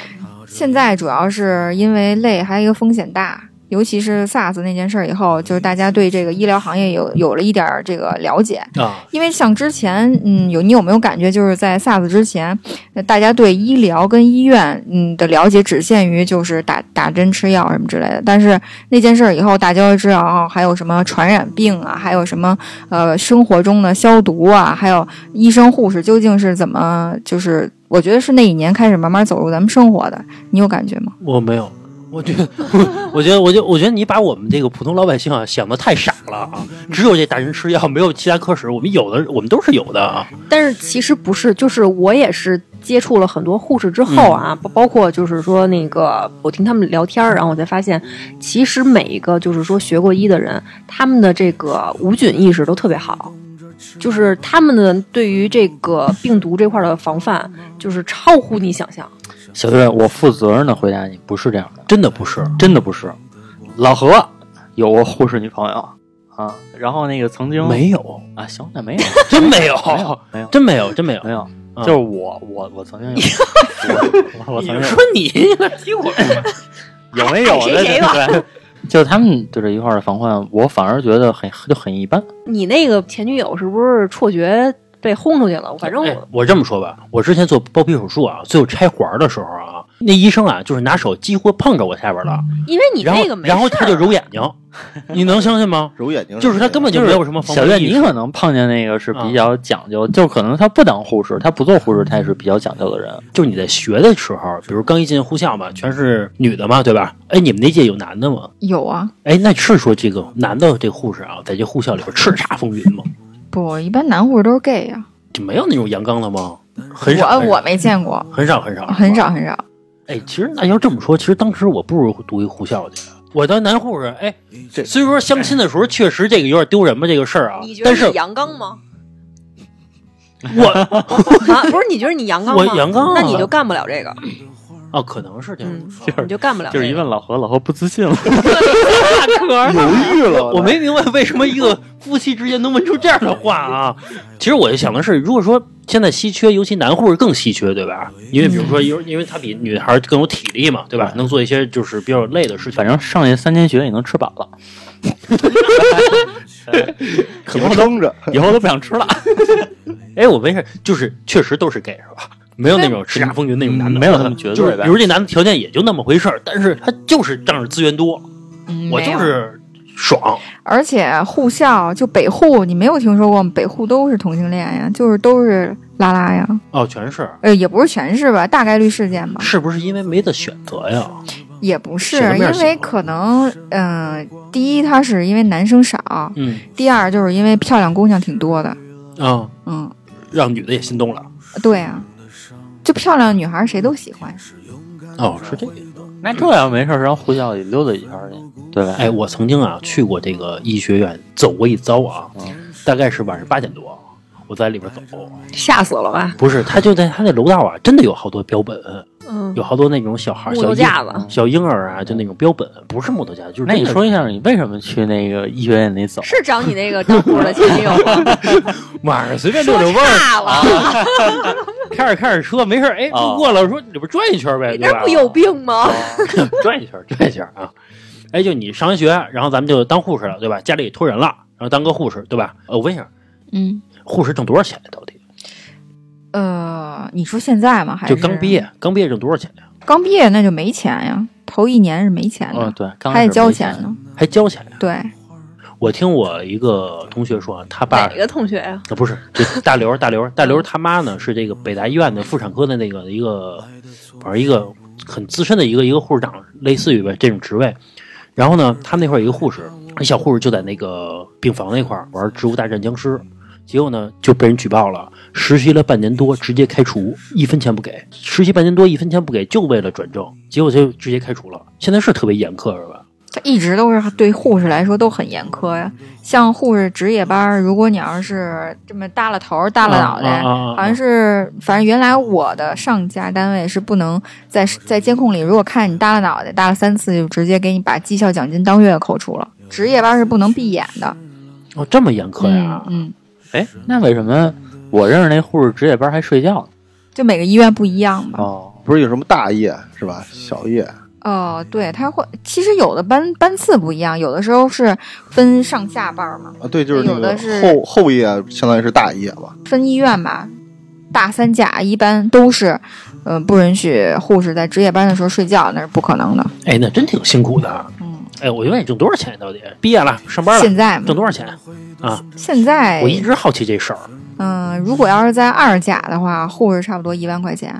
Speaker 6: 现在主要是因为累，还有一个风险大，尤其是 SARS 那件事儿以后，就是大家对这个医疗行业有有了一点儿这个了解。
Speaker 2: 啊，
Speaker 6: 因为像之前，嗯，有你有没有感觉，就是在 SARS 之前，呃大家对医疗跟医院，嗯的了解只限于就是打打针、吃药什么之类的。但是那件事儿以后，大家就知道哦还有什么传染病啊，还有什么呃生活中的消毒啊，还有医生护士究竟是怎么，就是我觉得是那一年开始慢慢走入咱们生活的，你有感觉吗？
Speaker 2: 我没有。我觉得， 我觉得，我觉得，我觉得你把我们这个普通老百姓啊想的太傻了啊！只有这打针吃药，没有其他科室。我们有的，我们都是有的啊。
Speaker 5: 但是其实不是，就是我也是接触了很多护士之后啊，包、包括就是说那个我听他们聊天儿，然后我才发现，其实每一个就是说学过医的人，他们的这个无菌意识都特别好，就是他们的对于这个病毒这块的防范，就是超乎你想象。
Speaker 4: 小队，我负责任的回答你，不是这样的，
Speaker 2: 真的不是，
Speaker 4: 真的不是。老何有过护士女朋友啊，然后那个曾经
Speaker 2: 没有，
Speaker 4: 啊，行，那没有，
Speaker 2: 真没有，
Speaker 4: 没有，没有，
Speaker 2: 真没有，真没有
Speaker 4: 没。有，
Speaker 2: 嗯
Speaker 4: 就是我，我，我曾经有， 我我我
Speaker 2: 你
Speaker 4: 曾经
Speaker 2: 说 你，听我说，
Speaker 4: 有没有的，
Speaker 5: 谁谁
Speaker 4: 对，就是他们对这一块儿的防患，我反而觉得很就很一般。
Speaker 5: 你那个前女友是不是辍学被轰出去了？反正我、
Speaker 2: 哎我这么说吧，我之前做包皮手术啊，最后拆环儿的时候啊，那医生啊，就是拿手几乎碰着我下边了，
Speaker 5: 因为你
Speaker 2: 然
Speaker 5: 那
Speaker 2: 后
Speaker 5: 个没
Speaker 2: 然后
Speaker 5: 事
Speaker 2: 他
Speaker 5: 儿
Speaker 2: 就揉眼睛，你能相信吗？
Speaker 3: 揉眼睛
Speaker 2: 就是他根本就没有什么防
Speaker 4: 嗯小
Speaker 2: 护
Speaker 4: 月，
Speaker 2: 意
Speaker 4: 你
Speaker 2: 识。
Speaker 4: 可能碰见那个是比较讲究，就可能他不当护士，他不做护士，他也是比较讲究的人。
Speaker 2: 就是你在学的时候，比如刚一进护校嘛，全是女的嘛，对吧？哎，你们那届有男的吗？
Speaker 6: 有啊，
Speaker 2: 哎，那是说这个男的这护士啊，在这护校里边叱咤风云吗？
Speaker 6: 不，一般男护士都是 gay 啊，
Speaker 2: 就没有那种阳刚的吗？很少，
Speaker 6: 我
Speaker 2: 很
Speaker 6: 我
Speaker 2: 少
Speaker 6: 没见过，
Speaker 2: 很少，很少，
Speaker 6: 很少很少。
Speaker 2: 哎，其实那要这么说，其实当时我不如读一护校去。啊我当男护士，哎，
Speaker 3: 这
Speaker 2: 虽说相亲的时候确实这个有点丢人吧，这个事儿啊
Speaker 5: 你觉，得
Speaker 2: 但是
Speaker 5: 你阳刚吗？
Speaker 2: 我
Speaker 5: 啊， 不是你觉得你阳刚吗？
Speaker 2: 我阳刚啊
Speaker 5: 那你就干不了这个，
Speaker 2: 啊，可能是这样。
Speaker 5: 嗯，你就干不了、这
Speaker 4: 就
Speaker 5: 个。
Speaker 4: 是一问老何，老何不自信了。
Speaker 3: 犹豫了，
Speaker 2: 我没明白为什么一个夫妻之间能问出这样的话啊！其实我就想的是，如果说现在稀缺，尤其男护士更稀缺，对吧？因为比如说，因为因为他比女孩更有体力嘛，对吧？能做一些就是比较累的 事情。
Speaker 4: 反正上去三年学，你能吃饱了，
Speaker 3: 可能撑着，
Speaker 4: 以后都不想吃 了。
Speaker 2: 哎，我没事，就是确实都是 gay 是吧？没有那种叱咤风云那种男的，
Speaker 4: 没有那么绝
Speaker 2: 就
Speaker 4: 对
Speaker 2: 是比如这男的条件也就那么回事儿，但是他就是仗着资源多，
Speaker 6: 嗯，
Speaker 2: 我
Speaker 6: 没
Speaker 2: 就
Speaker 6: 有
Speaker 2: 是爽。
Speaker 6: 而且护校就北护，你没有听说过吗？北护都是同性恋呀，就是都是拉拉呀，
Speaker 2: 哦，全是，
Speaker 6: 呃，也不是全是吧，大概率事件吧，
Speaker 2: 是不是因为没得选择呀？
Speaker 6: 也不是
Speaker 2: 什么，样
Speaker 6: 因为
Speaker 2: 情况
Speaker 6: 可能，嗯、第一，它是因为男生少；
Speaker 2: 嗯
Speaker 6: 第二，就是因为漂亮姑娘挺多的，
Speaker 2: 啊，
Speaker 6: 嗯，
Speaker 2: 让女的也心动了。
Speaker 6: 对啊，就漂亮女孩谁都喜欢，
Speaker 2: 哦，是这个。
Speaker 4: 那这要没事儿，上护校里溜达一圈儿去，对吧？
Speaker 2: 哎，我曾经啊去过这个医学院，走过一遭啊，大概是晚上八点多，我在里边走，
Speaker 5: 吓死了吧？
Speaker 2: 不是，他就在他那楼道啊，真的有好多标本，
Speaker 5: 嗯，
Speaker 2: 有好多那种小孩儿、
Speaker 5: 木
Speaker 2: 小
Speaker 5: 头
Speaker 2: 婴
Speaker 5: 架子
Speaker 2: 小婴儿啊，就那种标本，不是木头架，就是
Speaker 4: 那
Speaker 2: 真
Speaker 4: 你
Speaker 2: 的
Speaker 4: 说一下，你为什么去那个医学院里走？
Speaker 5: 是找你那个当护士的前女友 吗？
Speaker 2: 晚上随便溜
Speaker 5: 说
Speaker 2: 溜弯儿，
Speaker 5: 差了，
Speaker 2: 开着开着车没事儿，哎，
Speaker 4: 哦
Speaker 2: 路过了说里边转一圈呗，
Speaker 5: 你
Speaker 2: 对
Speaker 5: 那
Speaker 2: 吧？
Speaker 5: 不有病吗？
Speaker 2: 转一圈，转一圈啊！哎，就你上完学，然后咱们就当护士了，对吧？家里托人了，然后当个护士，对吧？呃，我问一下，
Speaker 6: 嗯，
Speaker 2: 护士挣多少钱啊呀到底？
Speaker 6: 呃，你说现在吗？还
Speaker 2: 就是刚毕？业，刚毕业挣多少钱呀？
Speaker 6: 刚毕业那就没钱呀，头一年是没钱的，
Speaker 2: 哦
Speaker 4: 嗯，对，刚开
Speaker 6: 还
Speaker 4: 始
Speaker 6: 得交
Speaker 4: 没
Speaker 6: 钱呢，
Speaker 2: 还交钱呀？
Speaker 6: 对，
Speaker 2: 我听我一个同学说，啊他爸
Speaker 5: 哪个同学呀、
Speaker 2: 啊不是，这大刘，大刘，大刘他妈呢是这个北大医院的妇产科的那个一个，反正一个很资深的一个一个护士长，类似于呗这种职位。然后呢，他们那块儿有一个护士，那小护士就在那个病房那块儿玩《植物大战僵尸》，结果呢就被人举报了，实习了半年多，直接开除，一分钱不给。实习半年多，一分钱不给，就为了转正，结果就直接开除了。现在是特别严苛是吧？
Speaker 6: 它一直都是对护士来说都很严苛呀。像护士值夜班儿，如果你要是这么耷拉头儿、耷拉脑袋，
Speaker 2: 啊啊啊啊
Speaker 6: 好像是反正原来我的上家单位是不能在在监控里，如果看你耷拉脑袋耷拉三次，就直接给你把绩效奖金当月扣除了。
Speaker 2: 嗯
Speaker 6: 值夜班是不能闭眼的，
Speaker 2: 哦，这么严苛呀？
Speaker 6: 嗯，嗯
Speaker 4: 哎，那为什么我认识那护士值夜班还睡觉呢？
Speaker 6: 就每个医院不一样
Speaker 2: 嗯
Speaker 6: 嘛。
Speaker 4: 哦，
Speaker 3: 不是有什么大夜是吧？小夜啊
Speaker 6: 哦，对，它会其实有的班班次不一样，有的时候是分上下班儿嘛，
Speaker 3: 啊，对，就是那
Speaker 6: 有
Speaker 3: 个
Speaker 6: 的是
Speaker 3: 后后夜，相当于是大夜吧。
Speaker 6: 分医院吧。大三甲一般都是，嗯、不允许护士在值夜班的时候睡觉，那是不可能的。
Speaker 2: 哎，那真挺辛苦的啊。
Speaker 6: 嗯，
Speaker 2: 哎，我就问你挣多少钱到底？毕业了，上班了，
Speaker 6: 现在嘛
Speaker 2: 挣多少钱啊？
Speaker 6: 现在
Speaker 2: 我一直好奇这事儿。
Speaker 6: 嗯、如果要是在二甲的话，护士差不多一万块钱；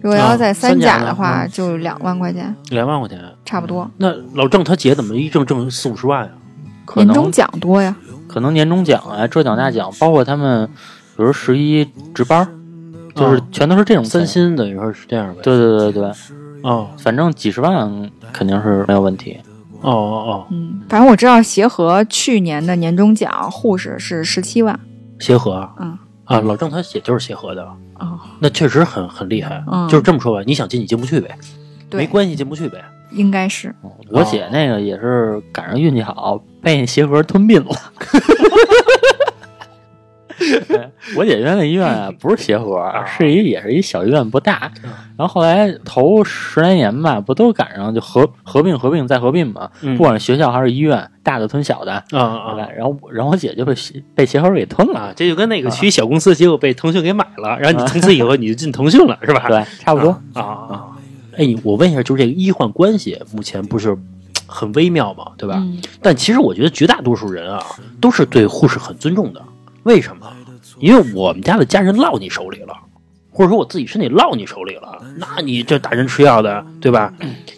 Speaker 6: 如果要
Speaker 2: 啊
Speaker 6: 是在
Speaker 2: 三甲
Speaker 6: 甲
Speaker 2: 呢
Speaker 6: 的话，
Speaker 2: 嗯
Speaker 6: 就两万块钱，
Speaker 2: 两万块钱，
Speaker 6: 差不多。
Speaker 2: 那老郑他姐怎么一挣挣四五十万呀、
Speaker 4: 可
Speaker 6: 年终
Speaker 4: 能
Speaker 6: 奖多呀，
Speaker 4: 可能年终奖
Speaker 2: 嗯
Speaker 4: 啊、浙奖大奖，包括他们有时候十一值班儿，就是
Speaker 2: 啊
Speaker 4: 全都是这种钱
Speaker 2: 三。薪等于说是这样呗。
Speaker 4: 对对对对，
Speaker 2: 哦
Speaker 4: 反正几十万肯定是没有问题。
Speaker 2: 哦哦
Speaker 6: 嗯，反正我知道协和去年的年终奖护士是十七万。
Speaker 2: 哦，协和啊，
Speaker 6: 嗯
Speaker 2: 啊，老郑他姐就是协和的，
Speaker 6: 哦，
Speaker 2: 那确实很很厉害。
Speaker 6: 嗯
Speaker 2: 就是这么说吧，你想进你进不去呗，没
Speaker 6: 对，
Speaker 2: 关系进不去呗。
Speaker 6: 应该是
Speaker 2: 哦
Speaker 4: 我姐那个也是赶上运气好，被协和吞并了。 我姐原来医院啊，不是协和，是一也是一小医院，不大。
Speaker 2: 嗯
Speaker 4: 然后后来头十来年吧，不都赶上就合合并、合并再合并嘛？
Speaker 2: 嗯
Speaker 4: 不管是学校还是医院，大的吞小的，
Speaker 2: 啊
Speaker 4: 对吧
Speaker 2: 啊？
Speaker 4: 然后我然后我姐就被协被协和给吞
Speaker 2: 啊
Speaker 4: 了，，
Speaker 2: 这就跟那个去小公司，结果被腾讯给买了，然后你从此以后你就进腾讯了，是吧？
Speaker 4: 对，差不多。
Speaker 2: 啊啊！哎，你我问一下，就是这个医患关系目前不是很微妙嘛，对吧？
Speaker 7: 嗯
Speaker 2: 但其实我觉得绝大多数人啊，都是对护士很尊重的。为什么？因为我们家的家人落你手里了，或者说我自己身体落你手里了，那你这打针吃药的，对吧？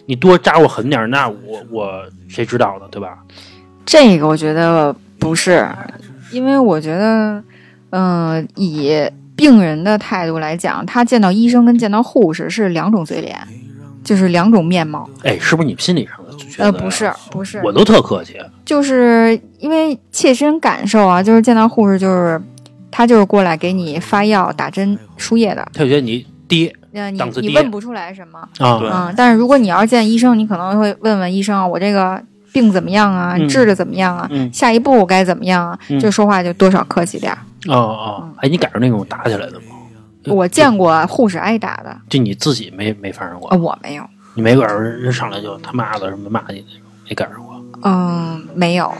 Speaker 2: 你多扎我狠点儿，那我我谁知道呢，对吧？
Speaker 6: 这个，我觉得不是，因为我觉得，嗯、以病人的态度来讲，他见到医生跟见到护士是两种嘴脸，就是两种面貌。
Speaker 2: 哎，是不是你们心理上的觉得？
Speaker 6: 呃，不是，，不是，
Speaker 2: 我都特客气。
Speaker 6: 就是因为切身感受啊，就是见到护士就是。他就是过来给你发药、打针、输液的，
Speaker 2: 他就觉得你低
Speaker 6: 那你
Speaker 2: 档次低
Speaker 6: 你问不出来什么，
Speaker 2: 啊，
Speaker 4: 对
Speaker 6: 嗯，但是如果你要是见医生，你可能会问问医生啊，我这个病怎么样啊？
Speaker 2: 嗯
Speaker 6: 治的怎么样啊？
Speaker 2: 嗯
Speaker 6: 下一步我该怎么样啊？
Speaker 2: 嗯
Speaker 6: 就说话就多少客气点儿。
Speaker 2: 哦哦，哎，你赶上那种打起来的吗？嗯
Speaker 6: 我见过护士挨打的，
Speaker 2: 就你自己没没发生过，
Speaker 6: 呃我没有，
Speaker 2: 你没赶上人上来就他妈的什么骂你那种，没赶上过。
Speaker 6: 嗯，没有。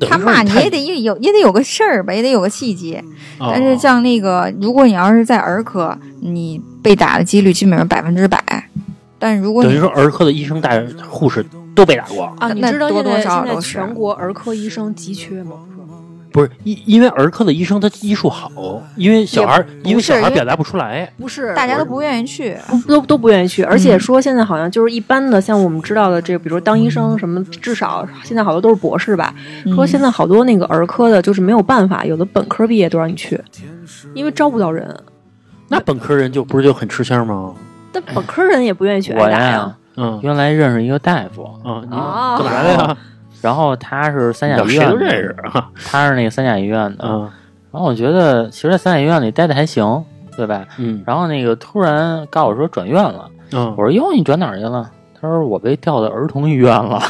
Speaker 2: 等于
Speaker 6: 他
Speaker 2: 说
Speaker 6: 骂你
Speaker 2: 太
Speaker 6: 也得呃也有也得有个事儿吧，也得有个契机。
Speaker 2: 哦
Speaker 6: 但是像那个，如果你要是在儿科，你被打的几率基本上百分之百。但如果
Speaker 2: 等于
Speaker 6: 你
Speaker 2: 说儿科的医生带护士都被打过，
Speaker 5: 啊，你
Speaker 6: 那
Speaker 5: 知道
Speaker 6: 多
Speaker 5: 现
Speaker 6: 多
Speaker 5: 在
Speaker 6: 少
Speaker 5: 现
Speaker 6: 少
Speaker 5: 在
Speaker 6: 都是
Speaker 5: 全国儿科医生急缺吗？
Speaker 2: 不是因因为儿科的医生他医术好，因为小孩儿
Speaker 6: 不
Speaker 2: 因为小
Speaker 6: 是
Speaker 2: 孩儿
Speaker 6: 因为
Speaker 2: 表达不出来，
Speaker 5: 不是，
Speaker 6: 大家都不愿意去，
Speaker 5: 都都不愿意去，而
Speaker 2: 嗯
Speaker 5: 且说现在好像就是一般的，像我们知道的这个，比如说当医生什么，至少现在好多都是博士吧。
Speaker 2: 嗯
Speaker 5: 说现在好多那个儿科的，就是没有办法，有的本科毕业都让你去，因为招不到人。
Speaker 2: 那本科人就不是就很吃香吗？
Speaker 5: 但本科人也不愿意去
Speaker 4: 我
Speaker 5: 挨打呀
Speaker 4: 呀。，
Speaker 2: 嗯
Speaker 4: 原来认识一个大夫，
Speaker 2: 啊，你
Speaker 5: 啊
Speaker 2: 干嘛来呀？
Speaker 4: 然后他是三甲
Speaker 2: 俩
Speaker 4: 医
Speaker 2: 谁
Speaker 4: 院
Speaker 2: 都
Speaker 4: 的，
Speaker 2: 认识啊，
Speaker 4: 他是那个三甲医院的。
Speaker 2: 嗯
Speaker 4: 然后我觉得，其实，在三甲医院里待的还行，对吧？
Speaker 2: 嗯
Speaker 4: 然后那个突然告诉我说转院了，我
Speaker 2: 嗯，
Speaker 4: 说哟，你转哪儿去了？他说我被调到儿童医院了。
Speaker 2: 啊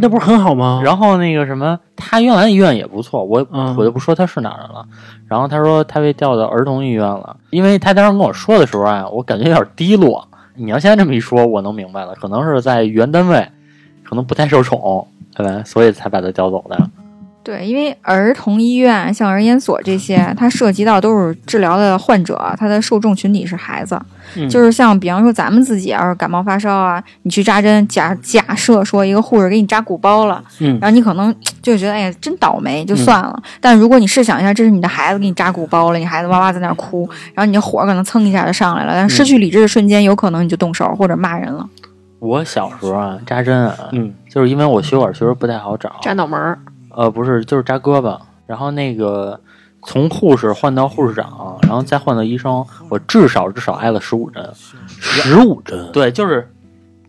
Speaker 2: 那不是很好吗？
Speaker 4: 然后那个什么，他原来医院也不错，我
Speaker 2: 嗯
Speaker 4: 我就不说他是哪儿的了。然后他说他被调到儿童医院了，因为他当时跟我说的时候啊，我感觉有点低落。你要现在这么一说，我能明白了，可能是在原单位，可能不太受宠，对吧？所以才把他调走的。
Speaker 6: 对，因为儿童医院像儿研所这些，它涉及到都是治疗的患者，它的受众群体是孩子。
Speaker 2: 嗯
Speaker 6: 就是像比方说咱们自己要是感冒发烧啊，你去扎针，假假设说一个护士给你扎鼓包了，
Speaker 2: 嗯
Speaker 6: 然后你可能就觉得哎呀真倒霉，就算了。但如果你试想一下，这是你的孩子给你扎鼓包了，你孩子哇哇在那儿哭，然后你的火可能蹭一下就上来了，但失
Speaker 2: 嗯
Speaker 6: 去理智的瞬间，有可能你就动手或者骂人了。
Speaker 4: 我小时候啊，扎针啊，
Speaker 2: 嗯
Speaker 4: 就是因为我血管确实不太好找，
Speaker 5: 扎脑门儿，
Speaker 4: 呃，不是，就是扎胳膊，然后那个从护士换到护士长，然后再换到医生，我至少至少挨了十五针。
Speaker 2: 十五针，
Speaker 4: 对，就是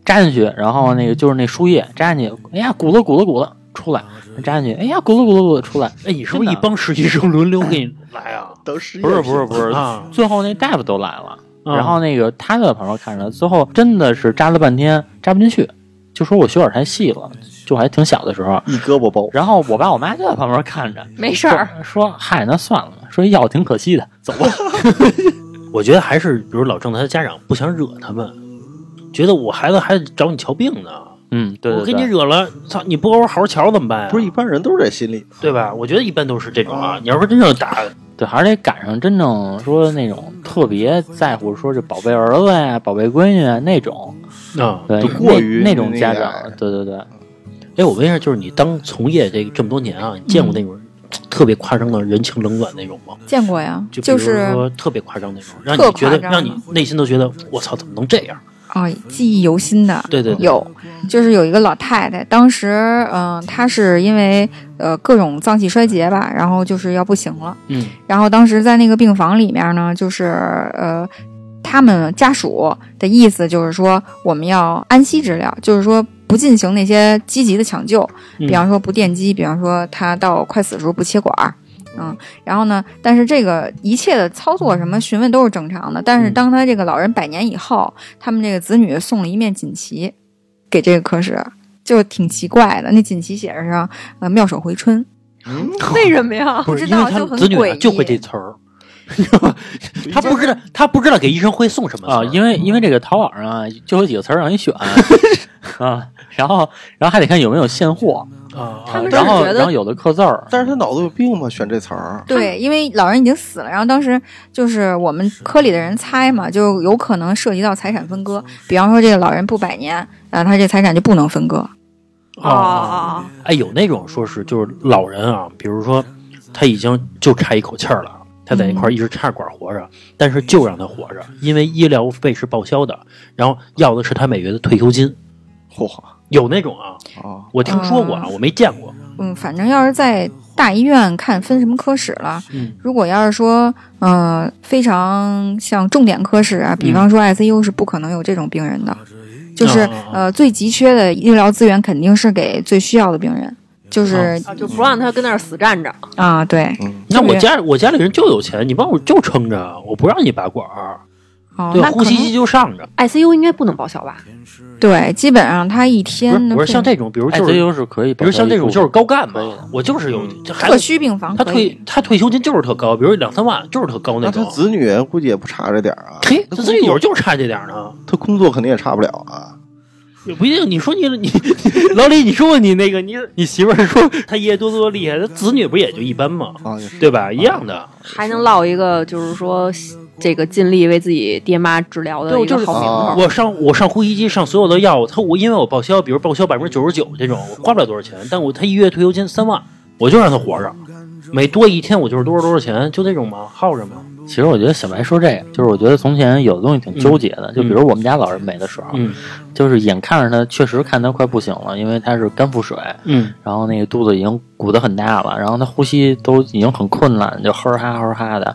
Speaker 4: 扎进去，然后那个就是那输液扎进去，哎呀，鼓了鼓了鼓了出来，扎进去，哎呀，鼓了鼓了鼓了出来。
Speaker 2: 哎，你是不是
Speaker 4: 真
Speaker 2: 一
Speaker 4: 的
Speaker 2: 帮实习生轮流给你来啊？
Speaker 3: 等十
Speaker 4: 不是不是不是，
Speaker 2: 啊
Speaker 4: 最后那大夫都来了，
Speaker 2: 嗯
Speaker 4: 然后那个他就在旁边看着，最后真的是扎了半天扎不进去，就说我血管太细了，就还挺小的时候。
Speaker 3: 一胳膊包，
Speaker 4: 然后我爸我妈就在旁边看着，
Speaker 5: 没事儿。
Speaker 4: 说说嗨，那算了吧，说药挺可惜的，走吧。
Speaker 2: 我觉得还是比如老郑他家长不想惹他们，觉得我孩子还找你瞧病呢，
Speaker 4: 嗯，对对
Speaker 2: 我给
Speaker 4: 对，
Speaker 2: 你惹了，操，你不给我好好瞧怎么办呀？
Speaker 3: 不是一般人都是这心理。
Speaker 2: 对吧？我觉得一般都是这种啊。你要说真正打，
Speaker 4: 对，还是得赶上真正说那种特别在乎说是宝贝儿子呀、宝贝闺女啊那种，
Speaker 2: 啊，
Speaker 4: 对，
Speaker 3: 就过于
Speaker 4: 那那种
Speaker 3: 那
Speaker 4: 家
Speaker 3: 个
Speaker 4: 长，对对对，
Speaker 2: 哎，我问一下，就是你当从业这个这么多年啊，你见过那种特别夸张的人情冷暖那种吗？
Speaker 6: 见过呀，
Speaker 2: 就比
Speaker 6: 就
Speaker 2: 如
Speaker 6: 是
Speaker 2: 说特别夸张那种，让
Speaker 6: 特
Speaker 2: 你觉得
Speaker 6: 夸张
Speaker 2: 让你内心都觉得我操，怎么能这样？
Speaker 6: 啊、记忆犹新的。
Speaker 2: 对对对，
Speaker 6: 有，就是有一个老太太，当时嗯、呃她是因为呃各种脏器衰竭吧，然后就是要不行了。
Speaker 2: 嗯，
Speaker 6: 然后当时在那个病房里面呢，就是呃，他们家属的意思就是说，我们要安息治疗，就是说不进行那些积极的抢救，
Speaker 2: 嗯
Speaker 6: 比方说不电击，比方说他到快死的时候不切管儿。嗯，然后呢？但是这个一切的操作什么询问都是正常的。
Speaker 2: 嗯
Speaker 6: 但是当他这个老人百年以后，他们这个子女送了一面锦旗给这个科室，就挺奇怪的。那锦旗写着上“呃妙手回春”，
Speaker 5: 为什么呀？
Speaker 2: 嗯 不
Speaker 6: 不
Speaker 2: 是
Speaker 6: 知
Speaker 2: 因为
Speaker 6: 道
Speaker 2: 他
Speaker 6: 就
Speaker 2: 们
Speaker 6: 很
Speaker 2: 子女啊
Speaker 6: 诡
Speaker 2: 就会
Speaker 6: 异
Speaker 2: 这词 儿，他不知道他不知道给医生会送什么
Speaker 4: 啊，
Speaker 2: 词儿
Speaker 4: 因为因为这个淘宝上啊，就有几个词儿让你 选啊，然后然后还得看有没有现货，
Speaker 2: 啊，
Speaker 5: 他们
Speaker 4: 然
Speaker 5: 是
Speaker 4: 后
Speaker 5: 觉得
Speaker 4: 然后有的刻字儿，
Speaker 3: 但是他脑子有病吗？选这词儿，
Speaker 6: 对，因为老人已经死了，然后当时就是我们科里的人猜嘛，就有可能涉及到财产分割，比方说这个老人不百年，然后他这财产就不能分割。
Speaker 5: 啊啊！
Speaker 6: 哦
Speaker 5: 啊
Speaker 2: 哎，有那种说是就是老人啊，比如说他已经就差一口气儿了，他在那
Speaker 6: 嗯
Speaker 2: 块儿一直插着管活着，但是就让他活着，因为医疗费是报销的，然后要的是他每月的退休金。
Speaker 3: 嚯
Speaker 2: 有那种啊，
Speaker 3: 啊！
Speaker 2: 我听说过
Speaker 6: 哦
Speaker 2: 啊，我没见过。
Speaker 6: 嗯，反正要是在大医院看分什么科室了，
Speaker 2: 嗯
Speaker 6: 如果要是说，呃，非常像重点科室啊，比方说 ICU 是不可能有这种病人的，就是
Speaker 2: 啊啊啊
Speaker 6: 呃最急缺的医疗资源肯定是给最需要的病人，就是
Speaker 5: 啊就不让他跟那儿死站着，
Speaker 6: 啊对，
Speaker 2: 那我家我家里人就有钱，你帮我就撑着，我不让你拔管儿，
Speaker 6: 哦，
Speaker 2: 对
Speaker 6: 那，
Speaker 2: 呼
Speaker 6: 可
Speaker 2: 吸机
Speaker 6: 能
Speaker 2: 就上着。
Speaker 5: ICU 应该不能报销吧？
Speaker 6: 对，基本上他一
Speaker 2: 不是
Speaker 6: 天，
Speaker 2: 我说像这种，比如
Speaker 4: 哎
Speaker 2: 就
Speaker 4: 这
Speaker 2: 是，
Speaker 4: 都是可以，
Speaker 2: 比如像这种就是高干
Speaker 4: 可以嗯的
Speaker 2: 嘛，我就是有这孩
Speaker 6: 特
Speaker 2: 子，
Speaker 6: 需病房
Speaker 2: 他
Speaker 6: 可以
Speaker 2: 退他退休金就是特高，比如两三万就是特高
Speaker 3: 那
Speaker 2: 种
Speaker 3: 他。子女估计也不差这点儿啊。
Speaker 2: 嘿，这
Speaker 3: 他
Speaker 2: 自己有时就是差这点儿呢，
Speaker 3: 他工作肯定也差不了啊。
Speaker 2: 也不一定。你说你你 老李，你说你那个你你媳妇儿说他爷爷多多厉害，他子女不也就一般嘛，
Speaker 3: 啊，也是
Speaker 2: 对吧？一样的。
Speaker 5: 还能落一个就是说这个尽力为自己爹妈治疗的
Speaker 2: 对，我
Speaker 5: 一
Speaker 2: 就
Speaker 5: 个
Speaker 2: 是
Speaker 5: 好名
Speaker 3: 啊
Speaker 5: 头。
Speaker 2: 我上我上呼吸机上所有的药，他我因为我报销，比如报销百分之九十九这种，我花不了多少钱，但我他一月退休金三万，我就让他活着，每多一天我就是多少多少钱，就这种嘛，耗着嘛。
Speaker 4: 其实我觉得小白说这个，就是我觉得从前有的东西挺纠结的，就比如我们家老人没的时候，
Speaker 2: 嗯
Speaker 4: 就是眼看着他确实看他快不行了，因为他是肝腹水，
Speaker 2: 嗯，
Speaker 4: 然后那个肚子已经鼓得很大了，然后他呼吸都已经很困难，就呵哈呵哈的。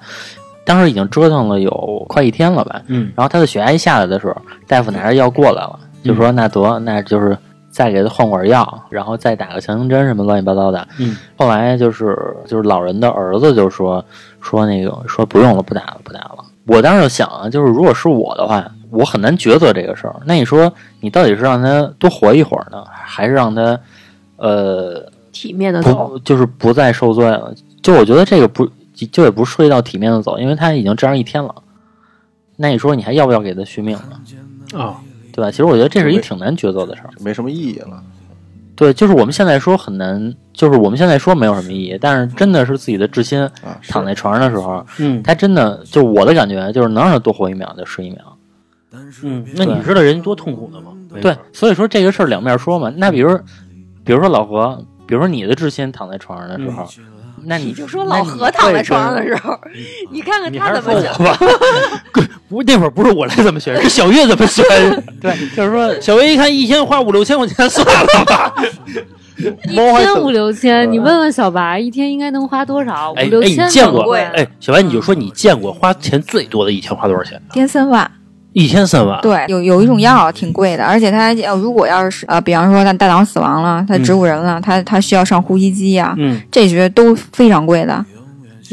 Speaker 4: 当时已经折腾了有快一天了吧，
Speaker 2: 嗯
Speaker 4: 然后他的血压一下来的时候，大夫拿着药过来了，就说那得那就是再给他换管药，然后再打个强心针什么乱七八糟的。
Speaker 2: 嗯，
Speaker 4: 后来就是就是老人的儿子就说说那个说不用了，不打了，不打了。我当时就想啊，就是如果是我的话，我很难抉择这个事儿。那你说你到底是让他多活一会儿呢，还是让他呃
Speaker 5: 体面的走，
Speaker 4: 不就是不再受罪了？就我觉得这个不就也不涉及到体面的走，因为他已经这样一天了。那你说你还要不要给他续命呢？
Speaker 2: 啊，
Speaker 4: 对吧？其实我觉得这是一挺难抉择的事儿。
Speaker 3: 没什么意义了。
Speaker 4: 对，就是我们现在说很难，就是我们现在说没有什么意义，但是真的是自己的至亲
Speaker 3: 啊是
Speaker 4: 躺在床上的时候，
Speaker 2: 嗯
Speaker 4: 他真的就是我的感觉，就是能让他多活一秒就是一秒。
Speaker 2: 嗯，那你知道人多痛苦的吗？
Speaker 4: 对，所以说这个事儿两面说嘛。那比如，比如说老何，比如说你的至亲躺在床上的时候，那你
Speaker 5: 就说老何躺在床上的时候，你看看
Speaker 2: 你
Speaker 5: 他
Speaker 2: 还是
Speaker 5: 怎
Speaker 2: 说
Speaker 5: 么想。
Speaker 2: 我吧，不，那会儿不是我来怎么选，是小月怎么选。
Speaker 4: 对，就是说
Speaker 2: 小月一看一天花五六千块钱，算了吧。
Speaker 7: 一
Speaker 3: 猫还
Speaker 7: 天
Speaker 3: 等
Speaker 7: 五六千，你问问小白，一天应该能花多少？五
Speaker 2: 哎
Speaker 7: 六
Speaker 2: 哎，你
Speaker 7: 千
Speaker 2: 见
Speaker 7: 很
Speaker 2: 过？
Speaker 7: 贵，
Speaker 6: 啊
Speaker 2: 哎，小白，你就
Speaker 6: 嗯
Speaker 2: 说你见过花钱最多的一天花多少钱？
Speaker 6: 颠三万。
Speaker 2: 一天三万。
Speaker 6: 对，有有一种药挺贵的，而且它要如果要是呃，比方说他大脑死亡了，他植物人了，他他需要上呼吸机呀、
Speaker 2: 嗯
Speaker 6: 这些都非常贵的。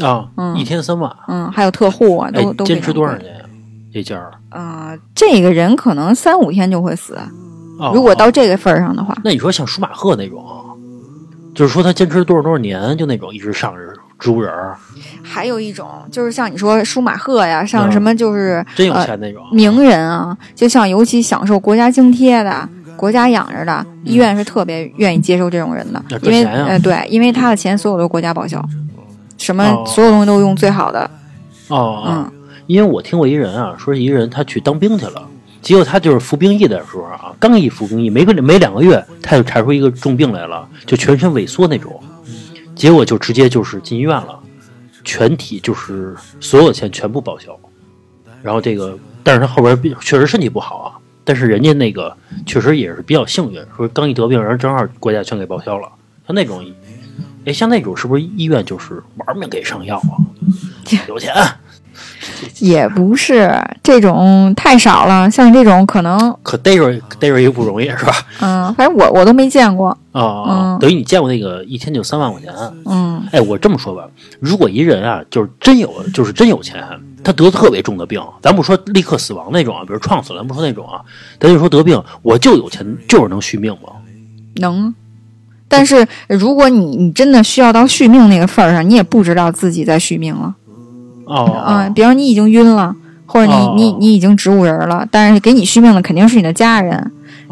Speaker 2: 啊，
Speaker 6: 嗯
Speaker 2: 一天三万。
Speaker 6: 嗯，还有特护啊，
Speaker 2: 哎
Speaker 6: 都、，都非
Speaker 2: 坚
Speaker 6: 常
Speaker 2: 持
Speaker 6: 贵
Speaker 2: 多长时？间呀？这家儿？
Speaker 6: 呃，这个人可能三五天就会死，
Speaker 2: 哦
Speaker 6: 如果到
Speaker 2: 哦
Speaker 6: 这个份儿上的话，
Speaker 2: 那你说像舒马赫那种啊，就是说他坚持多少多少年，就那种一直上着植物人儿，
Speaker 6: 还有一种就是像你说舒马赫呀，像
Speaker 2: 嗯
Speaker 6: 什么就是
Speaker 2: 真有钱那种。
Speaker 6: 名人啊，就像尤其享受国家津贴的、国家养着的，医院是特别愿意接受这种人的
Speaker 2: 嗯那，啊赚
Speaker 6: 因为
Speaker 2: 钱呀
Speaker 6: 呃对，因为他的钱所有都是国家报销，什么
Speaker 2: 哦
Speaker 6: 所有东西都用最好的，
Speaker 2: 哦哦，
Speaker 6: 嗯，
Speaker 2: 因为我听过一人啊，说一个人他去当兵去了，结果他就是服兵役的时候啊，刚一服兵役没个没两个月，他就查出一个重病来了，就全身萎缩那种，结果就直接就是进医院了，全体就是所有的钱全部报销，然后这个，但是他后边比确实身体不好啊。但是人家那个确实也是比较幸运，说刚一得病，然后正好国家全给报销了。像那种，哎，像那种是不是医院就是玩命给上药啊？有钱，啊
Speaker 6: 也不是这种太少了，像你这种可能，
Speaker 2: 可逮着逮着也不容易是吧？
Speaker 6: 嗯、反正我我都没见过，
Speaker 2: 啊、
Speaker 6: 嗯
Speaker 2: 等于你见过那个一天就三万块钱？
Speaker 6: 嗯
Speaker 2: 哎，我这么说吧，如果一人啊，就是真有，就是真有钱，他得特别重的病，咱不说立刻死亡那种啊，比如撞死了，咱不说那种啊，咱就说得病，我就有钱，就是能续命嘛。
Speaker 6: 能。但是如果你你真的需要到续命那个份儿上，你也不知道自己在续命了。
Speaker 2: 哦，
Speaker 6: 嗯，比方你已经晕了，或者你、
Speaker 2: 哦
Speaker 6: 你你已经植物人了，但是给你续命的肯定是你的家人。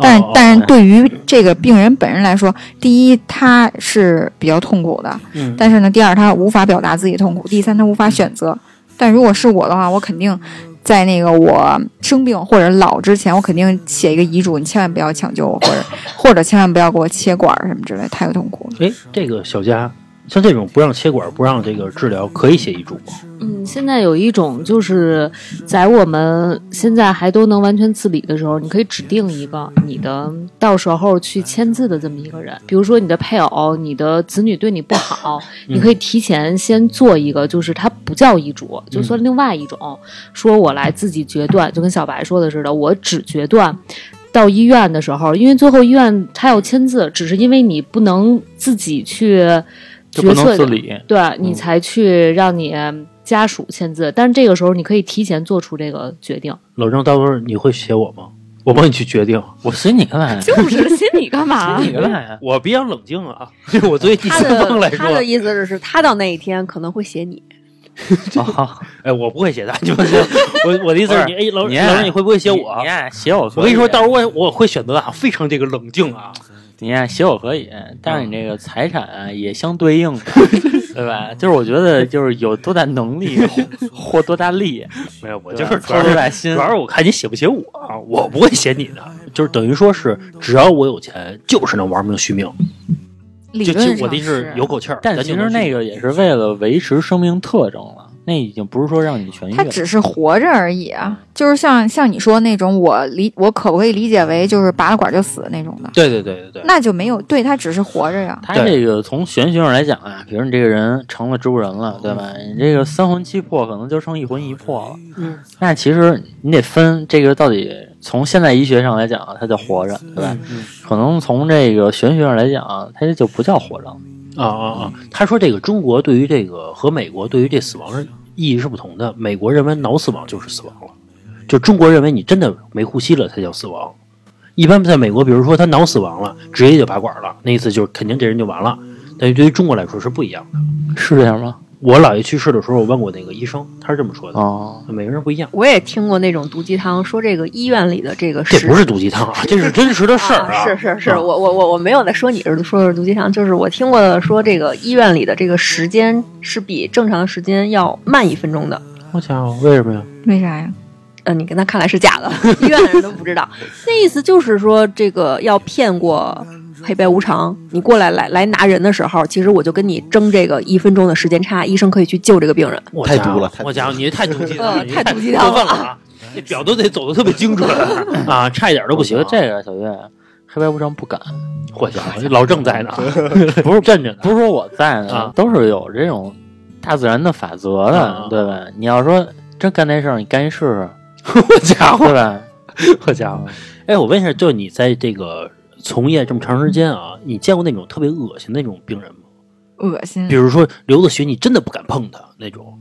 Speaker 6: 但、
Speaker 2: 哦
Speaker 6: 但是对于这个病人本人来说，第一他是比较痛苦的，
Speaker 2: 嗯
Speaker 6: 但是呢，第二他无法表达自己痛苦，第三他无法选择。但如果是我的话，我肯定在那个我生病或者老之前，我肯定写一个遗嘱，你千万不要抢救我，或者或者千万不要给我切管儿什么之类，太痛苦了。
Speaker 2: 哎，这个小佳，像这种不让切管、不让这个治疗，可以写遗嘱吗？
Speaker 7: 嗯，现在有一种就是在我们现在还都能完全自理的时候，你可以指定一个你的到时候去签字的这么一个人，比如说你的配偶、你的子女对你不好，你可以提前先做一个，就是它不叫遗嘱，就算另外一种，说我来自己决断，就跟小白说的似的，我只决断。到医院的时候，因为最后医院他要签字，只是因为你不能自己去
Speaker 4: 就不
Speaker 7: 决策
Speaker 4: 能自理。
Speaker 7: 对
Speaker 6: 嗯
Speaker 7: 你才去让你家属签字，但是这个时候你可以提前做出这个决定。
Speaker 2: 老郑，到时候你会写我吗？我帮你去决定。
Speaker 4: 我寻你干嘛呀？
Speaker 7: 就是心里干嘛
Speaker 4: 你干嘛呀？
Speaker 2: 我比较冷静啊， 对 我作为第
Speaker 5: 他
Speaker 2: 三方来
Speaker 5: 的他的
Speaker 2: 说，
Speaker 5: 意思是，他到那一天可能会写你。
Speaker 4: 哦
Speaker 2: 哎，我不会写他，你们先我我的意思是你，哎，老
Speaker 4: 你
Speaker 2: 老郑，你会不会写
Speaker 4: 你
Speaker 2: 我啊
Speaker 4: 你？呀写我可以，
Speaker 2: 我跟你说，到时候我我会选择啊，非常这个冷静啊。
Speaker 4: 你呀写我可以，但是你这个财产啊也相对应 的，对吧？就是我觉得就是有多大 能力或多大力，
Speaker 2: 没有，我
Speaker 4: 对
Speaker 2: 就
Speaker 4: 吧
Speaker 2: 啊是主
Speaker 4: 操
Speaker 2: 要
Speaker 4: 多
Speaker 2: 是
Speaker 4: 大心
Speaker 2: 主。要是我看你写不写我啊，我不会写你的，就是等于说是只要我有钱，就是能玩命续命，
Speaker 6: 理
Speaker 2: 就
Speaker 6: 论上
Speaker 2: 就我的意思是有口气儿。
Speaker 4: 但
Speaker 2: 咱
Speaker 4: 其
Speaker 2: 就
Speaker 4: 实
Speaker 2: 能
Speaker 4: 那
Speaker 2: 续
Speaker 4: 个也是为了维持生命特征了，那已经不是说让你痊愈
Speaker 6: 他
Speaker 4: 了。
Speaker 6: 只是活着而已啊，就是像像你说那种，我理我可不可以理解为就是拔了管就死那种的？
Speaker 2: 对对对对对，
Speaker 6: 那就没有对他只是活着呀。
Speaker 4: 他
Speaker 2: 对
Speaker 4: 这个从玄学上来讲啊，比如你这个人成了植物人了，对吧？你这个三魂七魄可能就剩一魂一魄了。
Speaker 5: 嗯，
Speaker 4: 那其实你得分这个到底从现代医学上来讲，啊它叫活着，对吧？可能从这个玄学上来讲，啊它就不叫活着了。
Speaker 2: 啊啊啊！他说这个中国对于这个和美国对于这死亡是意义是不同的，美国认为脑死亡就是死亡了，就中国认为你真的没呼吸了才叫死亡。一般在美国，比如说他脑死亡了，直接就拔管了，那意思就是肯定这人就完了。但是对于中国来说是不一样的。
Speaker 4: 是这样吗？
Speaker 2: 我姥爷去世的时候，我问过那个医生，他是这么说的：
Speaker 4: 哦，
Speaker 2: 每个人不一样，
Speaker 5: 我也听过那种毒鸡汤，说这个医院里的这个
Speaker 2: 这
Speaker 5: 实
Speaker 2: 不是毒鸡汤啊，这是真实的事儿
Speaker 5: 哦是是是，
Speaker 2: 啊
Speaker 5: 我我我我没有在说你是说是毒鸡汤，就是我听过的说这个医院里的这个时间是比正常的时间要慢一分钟的。
Speaker 2: 我家伙，为什么呀？
Speaker 6: 为啥呀？
Speaker 5: 嗯，你跟他看来是假的，医院的人都 不知道。那意思就是说，这个要骗过黑白无常，你过来来来拿人的时候，其实我就跟你争这个一分钟的时间差，医生可以去救这个病人。
Speaker 2: 我
Speaker 3: 太
Speaker 2: 家伙
Speaker 3: 毒了太
Speaker 2: 我家伙，你这太毒鸡汤了，
Speaker 5: 嗯
Speaker 2: 你
Speaker 5: 太毒鸡
Speaker 2: 过
Speaker 5: 汤了
Speaker 2: 分了啊！那表都得走的特别精准啊，差一点都不
Speaker 4: 我觉
Speaker 2: 行。
Speaker 4: 得这个小月黑白无常不敢，
Speaker 2: 嚯家伙，老郑 在呢，不是镇着呢。
Speaker 4: 不是说我在呢，
Speaker 2: 啊
Speaker 4: 都是有这种大自然的法则的，
Speaker 2: 啊
Speaker 4: 对吧？你要说真干那事儿，你干一试试，
Speaker 2: 我家
Speaker 4: 对，吧？
Speaker 2: 我家伙。哎，我问一下，就你在这个从业这么长时间啊，你见过那种特别恶心的那种病人吗？
Speaker 6: 恶心
Speaker 2: 比！如说流的血，你真的不敢碰他那种。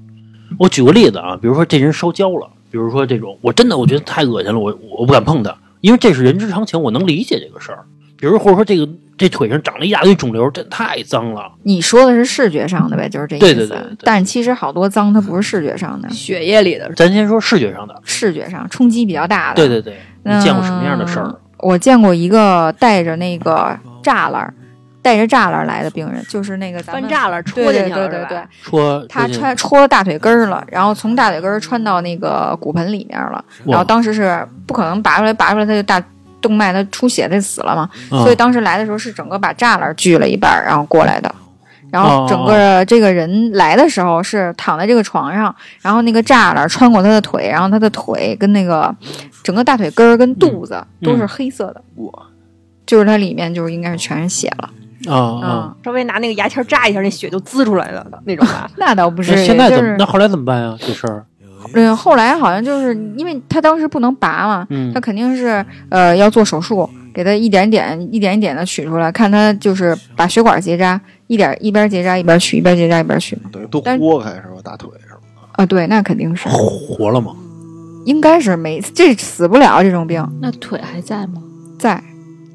Speaker 2: 我举个例子啊，比如说这人烧焦了，比如说这种，我真的我觉得太恶心了，我我不敢碰他，因为这是人之常情，我能理解这个事儿。比如或者说这个这腿上长了一大堆肿瘤，这太脏了。
Speaker 6: 你说的是视觉上的呗，就是这意思。
Speaker 2: 对对对对对
Speaker 6: 但其实好多脏它不是视觉上的，
Speaker 5: 血液里的
Speaker 2: 咱先说视觉上的，
Speaker 6: 视觉上冲击比较大的。
Speaker 2: 对对对，
Speaker 6: 嗯，
Speaker 2: 你见过什么样的事儿？
Speaker 6: 我见过一个带着那个栅栏儿，带着栅栏儿来的病人，就是那个咱
Speaker 5: 翻
Speaker 6: 们
Speaker 5: 栅栏戳
Speaker 6: 对
Speaker 5: 进
Speaker 6: 对
Speaker 5: 去了，
Speaker 6: 对
Speaker 5: 是
Speaker 6: 对
Speaker 5: 吧
Speaker 6: 对，
Speaker 2: 戳
Speaker 6: 他
Speaker 2: 戳进
Speaker 6: 穿戳大腿根儿了，然后从大腿根儿穿到那个骨盆里面了，
Speaker 2: 哇
Speaker 6: 然后当时是不可能拔出来，拔出来他就大动脉他出血他死了嘛，
Speaker 2: 啊
Speaker 6: 所以当时来的时候是整个把栅栏锯了一半儿，然后过来的。然
Speaker 2: 哦
Speaker 6: 后整个这个人来的时候是躺在这个床上，然后那个栅栏穿过他的腿，然后他的腿跟那个整个大腿根儿跟
Speaker 2: 嗯
Speaker 6: 肚子都是黑色的，
Speaker 3: 我
Speaker 6: 就是它里面就是应该是全是血了。
Speaker 2: 啊啊！
Speaker 6: 嗯，。
Speaker 5: 稍微拿那个牙签扎一下，那血就滋出来了那种吧
Speaker 6: 那倒哦不是
Speaker 2: 那，现在
Speaker 6: 就
Speaker 2: 怎
Speaker 6: 是
Speaker 2: 么？那后来怎么办呀？这事儿，
Speaker 6: 嗯，后来好像就是因为他当时不能拔嘛，
Speaker 2: 嗯
Speaker 6: 他肯定是呃要做手术，给他一点点、一点一点的取出来，看他就是把血管结扎，一点一边结扎一边取，一边结扎一边取嘛。
Speaker 2: 嗯
Speaker 3: 等于都
Speaker 6: 但是
Speaker 3: 豁开是吧？大腿是吧？
Speaker 6: 啊，对，那肯定是，
Speaker 2: 活了吗？
Speaker 6: 应该是没这死不了这种病
Speaker 7: 那腿还在吗？
Speaker 6: 在，
Speaker 2: 啊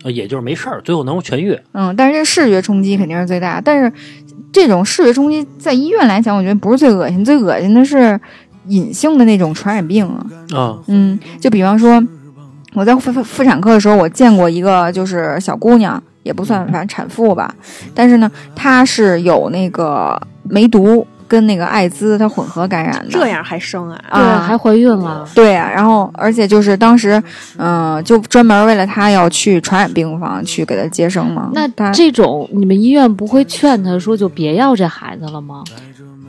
Speaker 2: 也就是没事儿，最后能够痊愈。
Speaker 6: 嗯，但是这视觉冲击肯定是最大，但是这种视觉冲击在医院来讲，我觉得不是最恶心，最恶心的是隐性的那种传染病啊。
Speaker 2: 啊
Speaker 6: 嗯，就比方说，我在妇妇妇产科的时候，我见过一个就是小姑娘，也不算反正产妇吧，但是呢，她是有那个梅毒跟那个艾滋它混合感染的。
Speaker 5: 这样还生啊？
Speaker 6: 啊
Speaker 7: 对，还怀孕了。
Speaker 6: 对啊，然后而且就是当时，嗯、就专门为了她要去传染病房去给她接生嘛。
Speaker 7: 那
Speaker 6: 她
Speaker 7: 这种你们医院不会劝他说就别要这孩子了吗？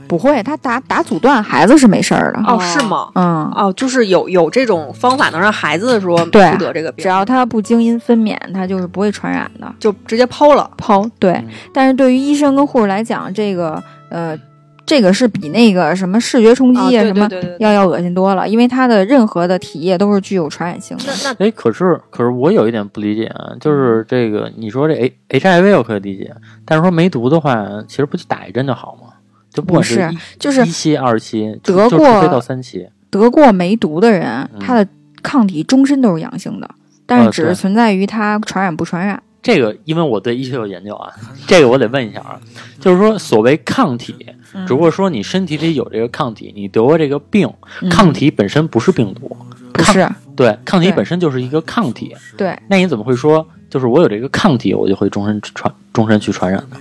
Speaker 6: 不会，她打打阻断孩子是没事儿的。
Speaker 5: 哦，是吗？
Speaker 6: 嗯，
Speaker 5: 哦，就是有有这种方法能让孩子说不
Speaker 6: 对
Speaker 5: 得这个
Speaker 6: 只
Speaker 5: 病，
Speaker 6: 要她不经阴分娩，她就是不会传染的。
Speaker 5: 就直接剖了。
Speaker 6: 剖，对
Speaker 2: 嗯。
Speaker 6: 但是对于医生跟护士来讲，这个呃，这个是比那个什么视觉冲
Speaker 5: 啊，
Speaker 6: 击
Speaker 5: 对
Speaker 6: 啊什么
Speaker 5: 对对对对。
Speaker 6: 要要恶心多了，因为它的任何的体液都是具有传染性的
Speaker 5: 那。那
Speaker 4: 哎，可是可是我有一点不理解啊，
Speaker 6: 嗯
Speaker 4: 就是这个你说这 H HIV 我可以理解，但是说梅毒的话，其实不就打一针就好吗？就不管
Speaker 6: 不是
Speaker 4: 一
Speaker 6: 就是
Speaker 4: 一期、二期，
Speaker 6: 得
Speaker 4: 就就
Speaker 6: 过
Speaker 4: 除非到三期，
Speaker 6: 得过梅毒的人，
Speaker 4: 嗯
Speaker 6: 他的抗体终身都是阳性的，但是
Speaker 4: 啊
Speaker 6: 只
Speaker 4: 对
Speaker 6: 是存在于他传染不传染。
Speaker 4: 这个因为我对医学有研究啊，这个我得问一下啊，就是说所谓抗体，只不过说你身体里有这个抗体，你得过这个病，
Speaker 6: 嗯
Speaker 4: 抗体本身不是病毒，
Speaker 6: 不是，
Speaker 4: 对，嗯抗体
Speaker 6: 对
Speaker 4: 本身就是一个抗体，
Speaker 6: 对，
Speaker 4: 那你怎么会说就是我有这个抗体，我就会终身传终身去传染呢？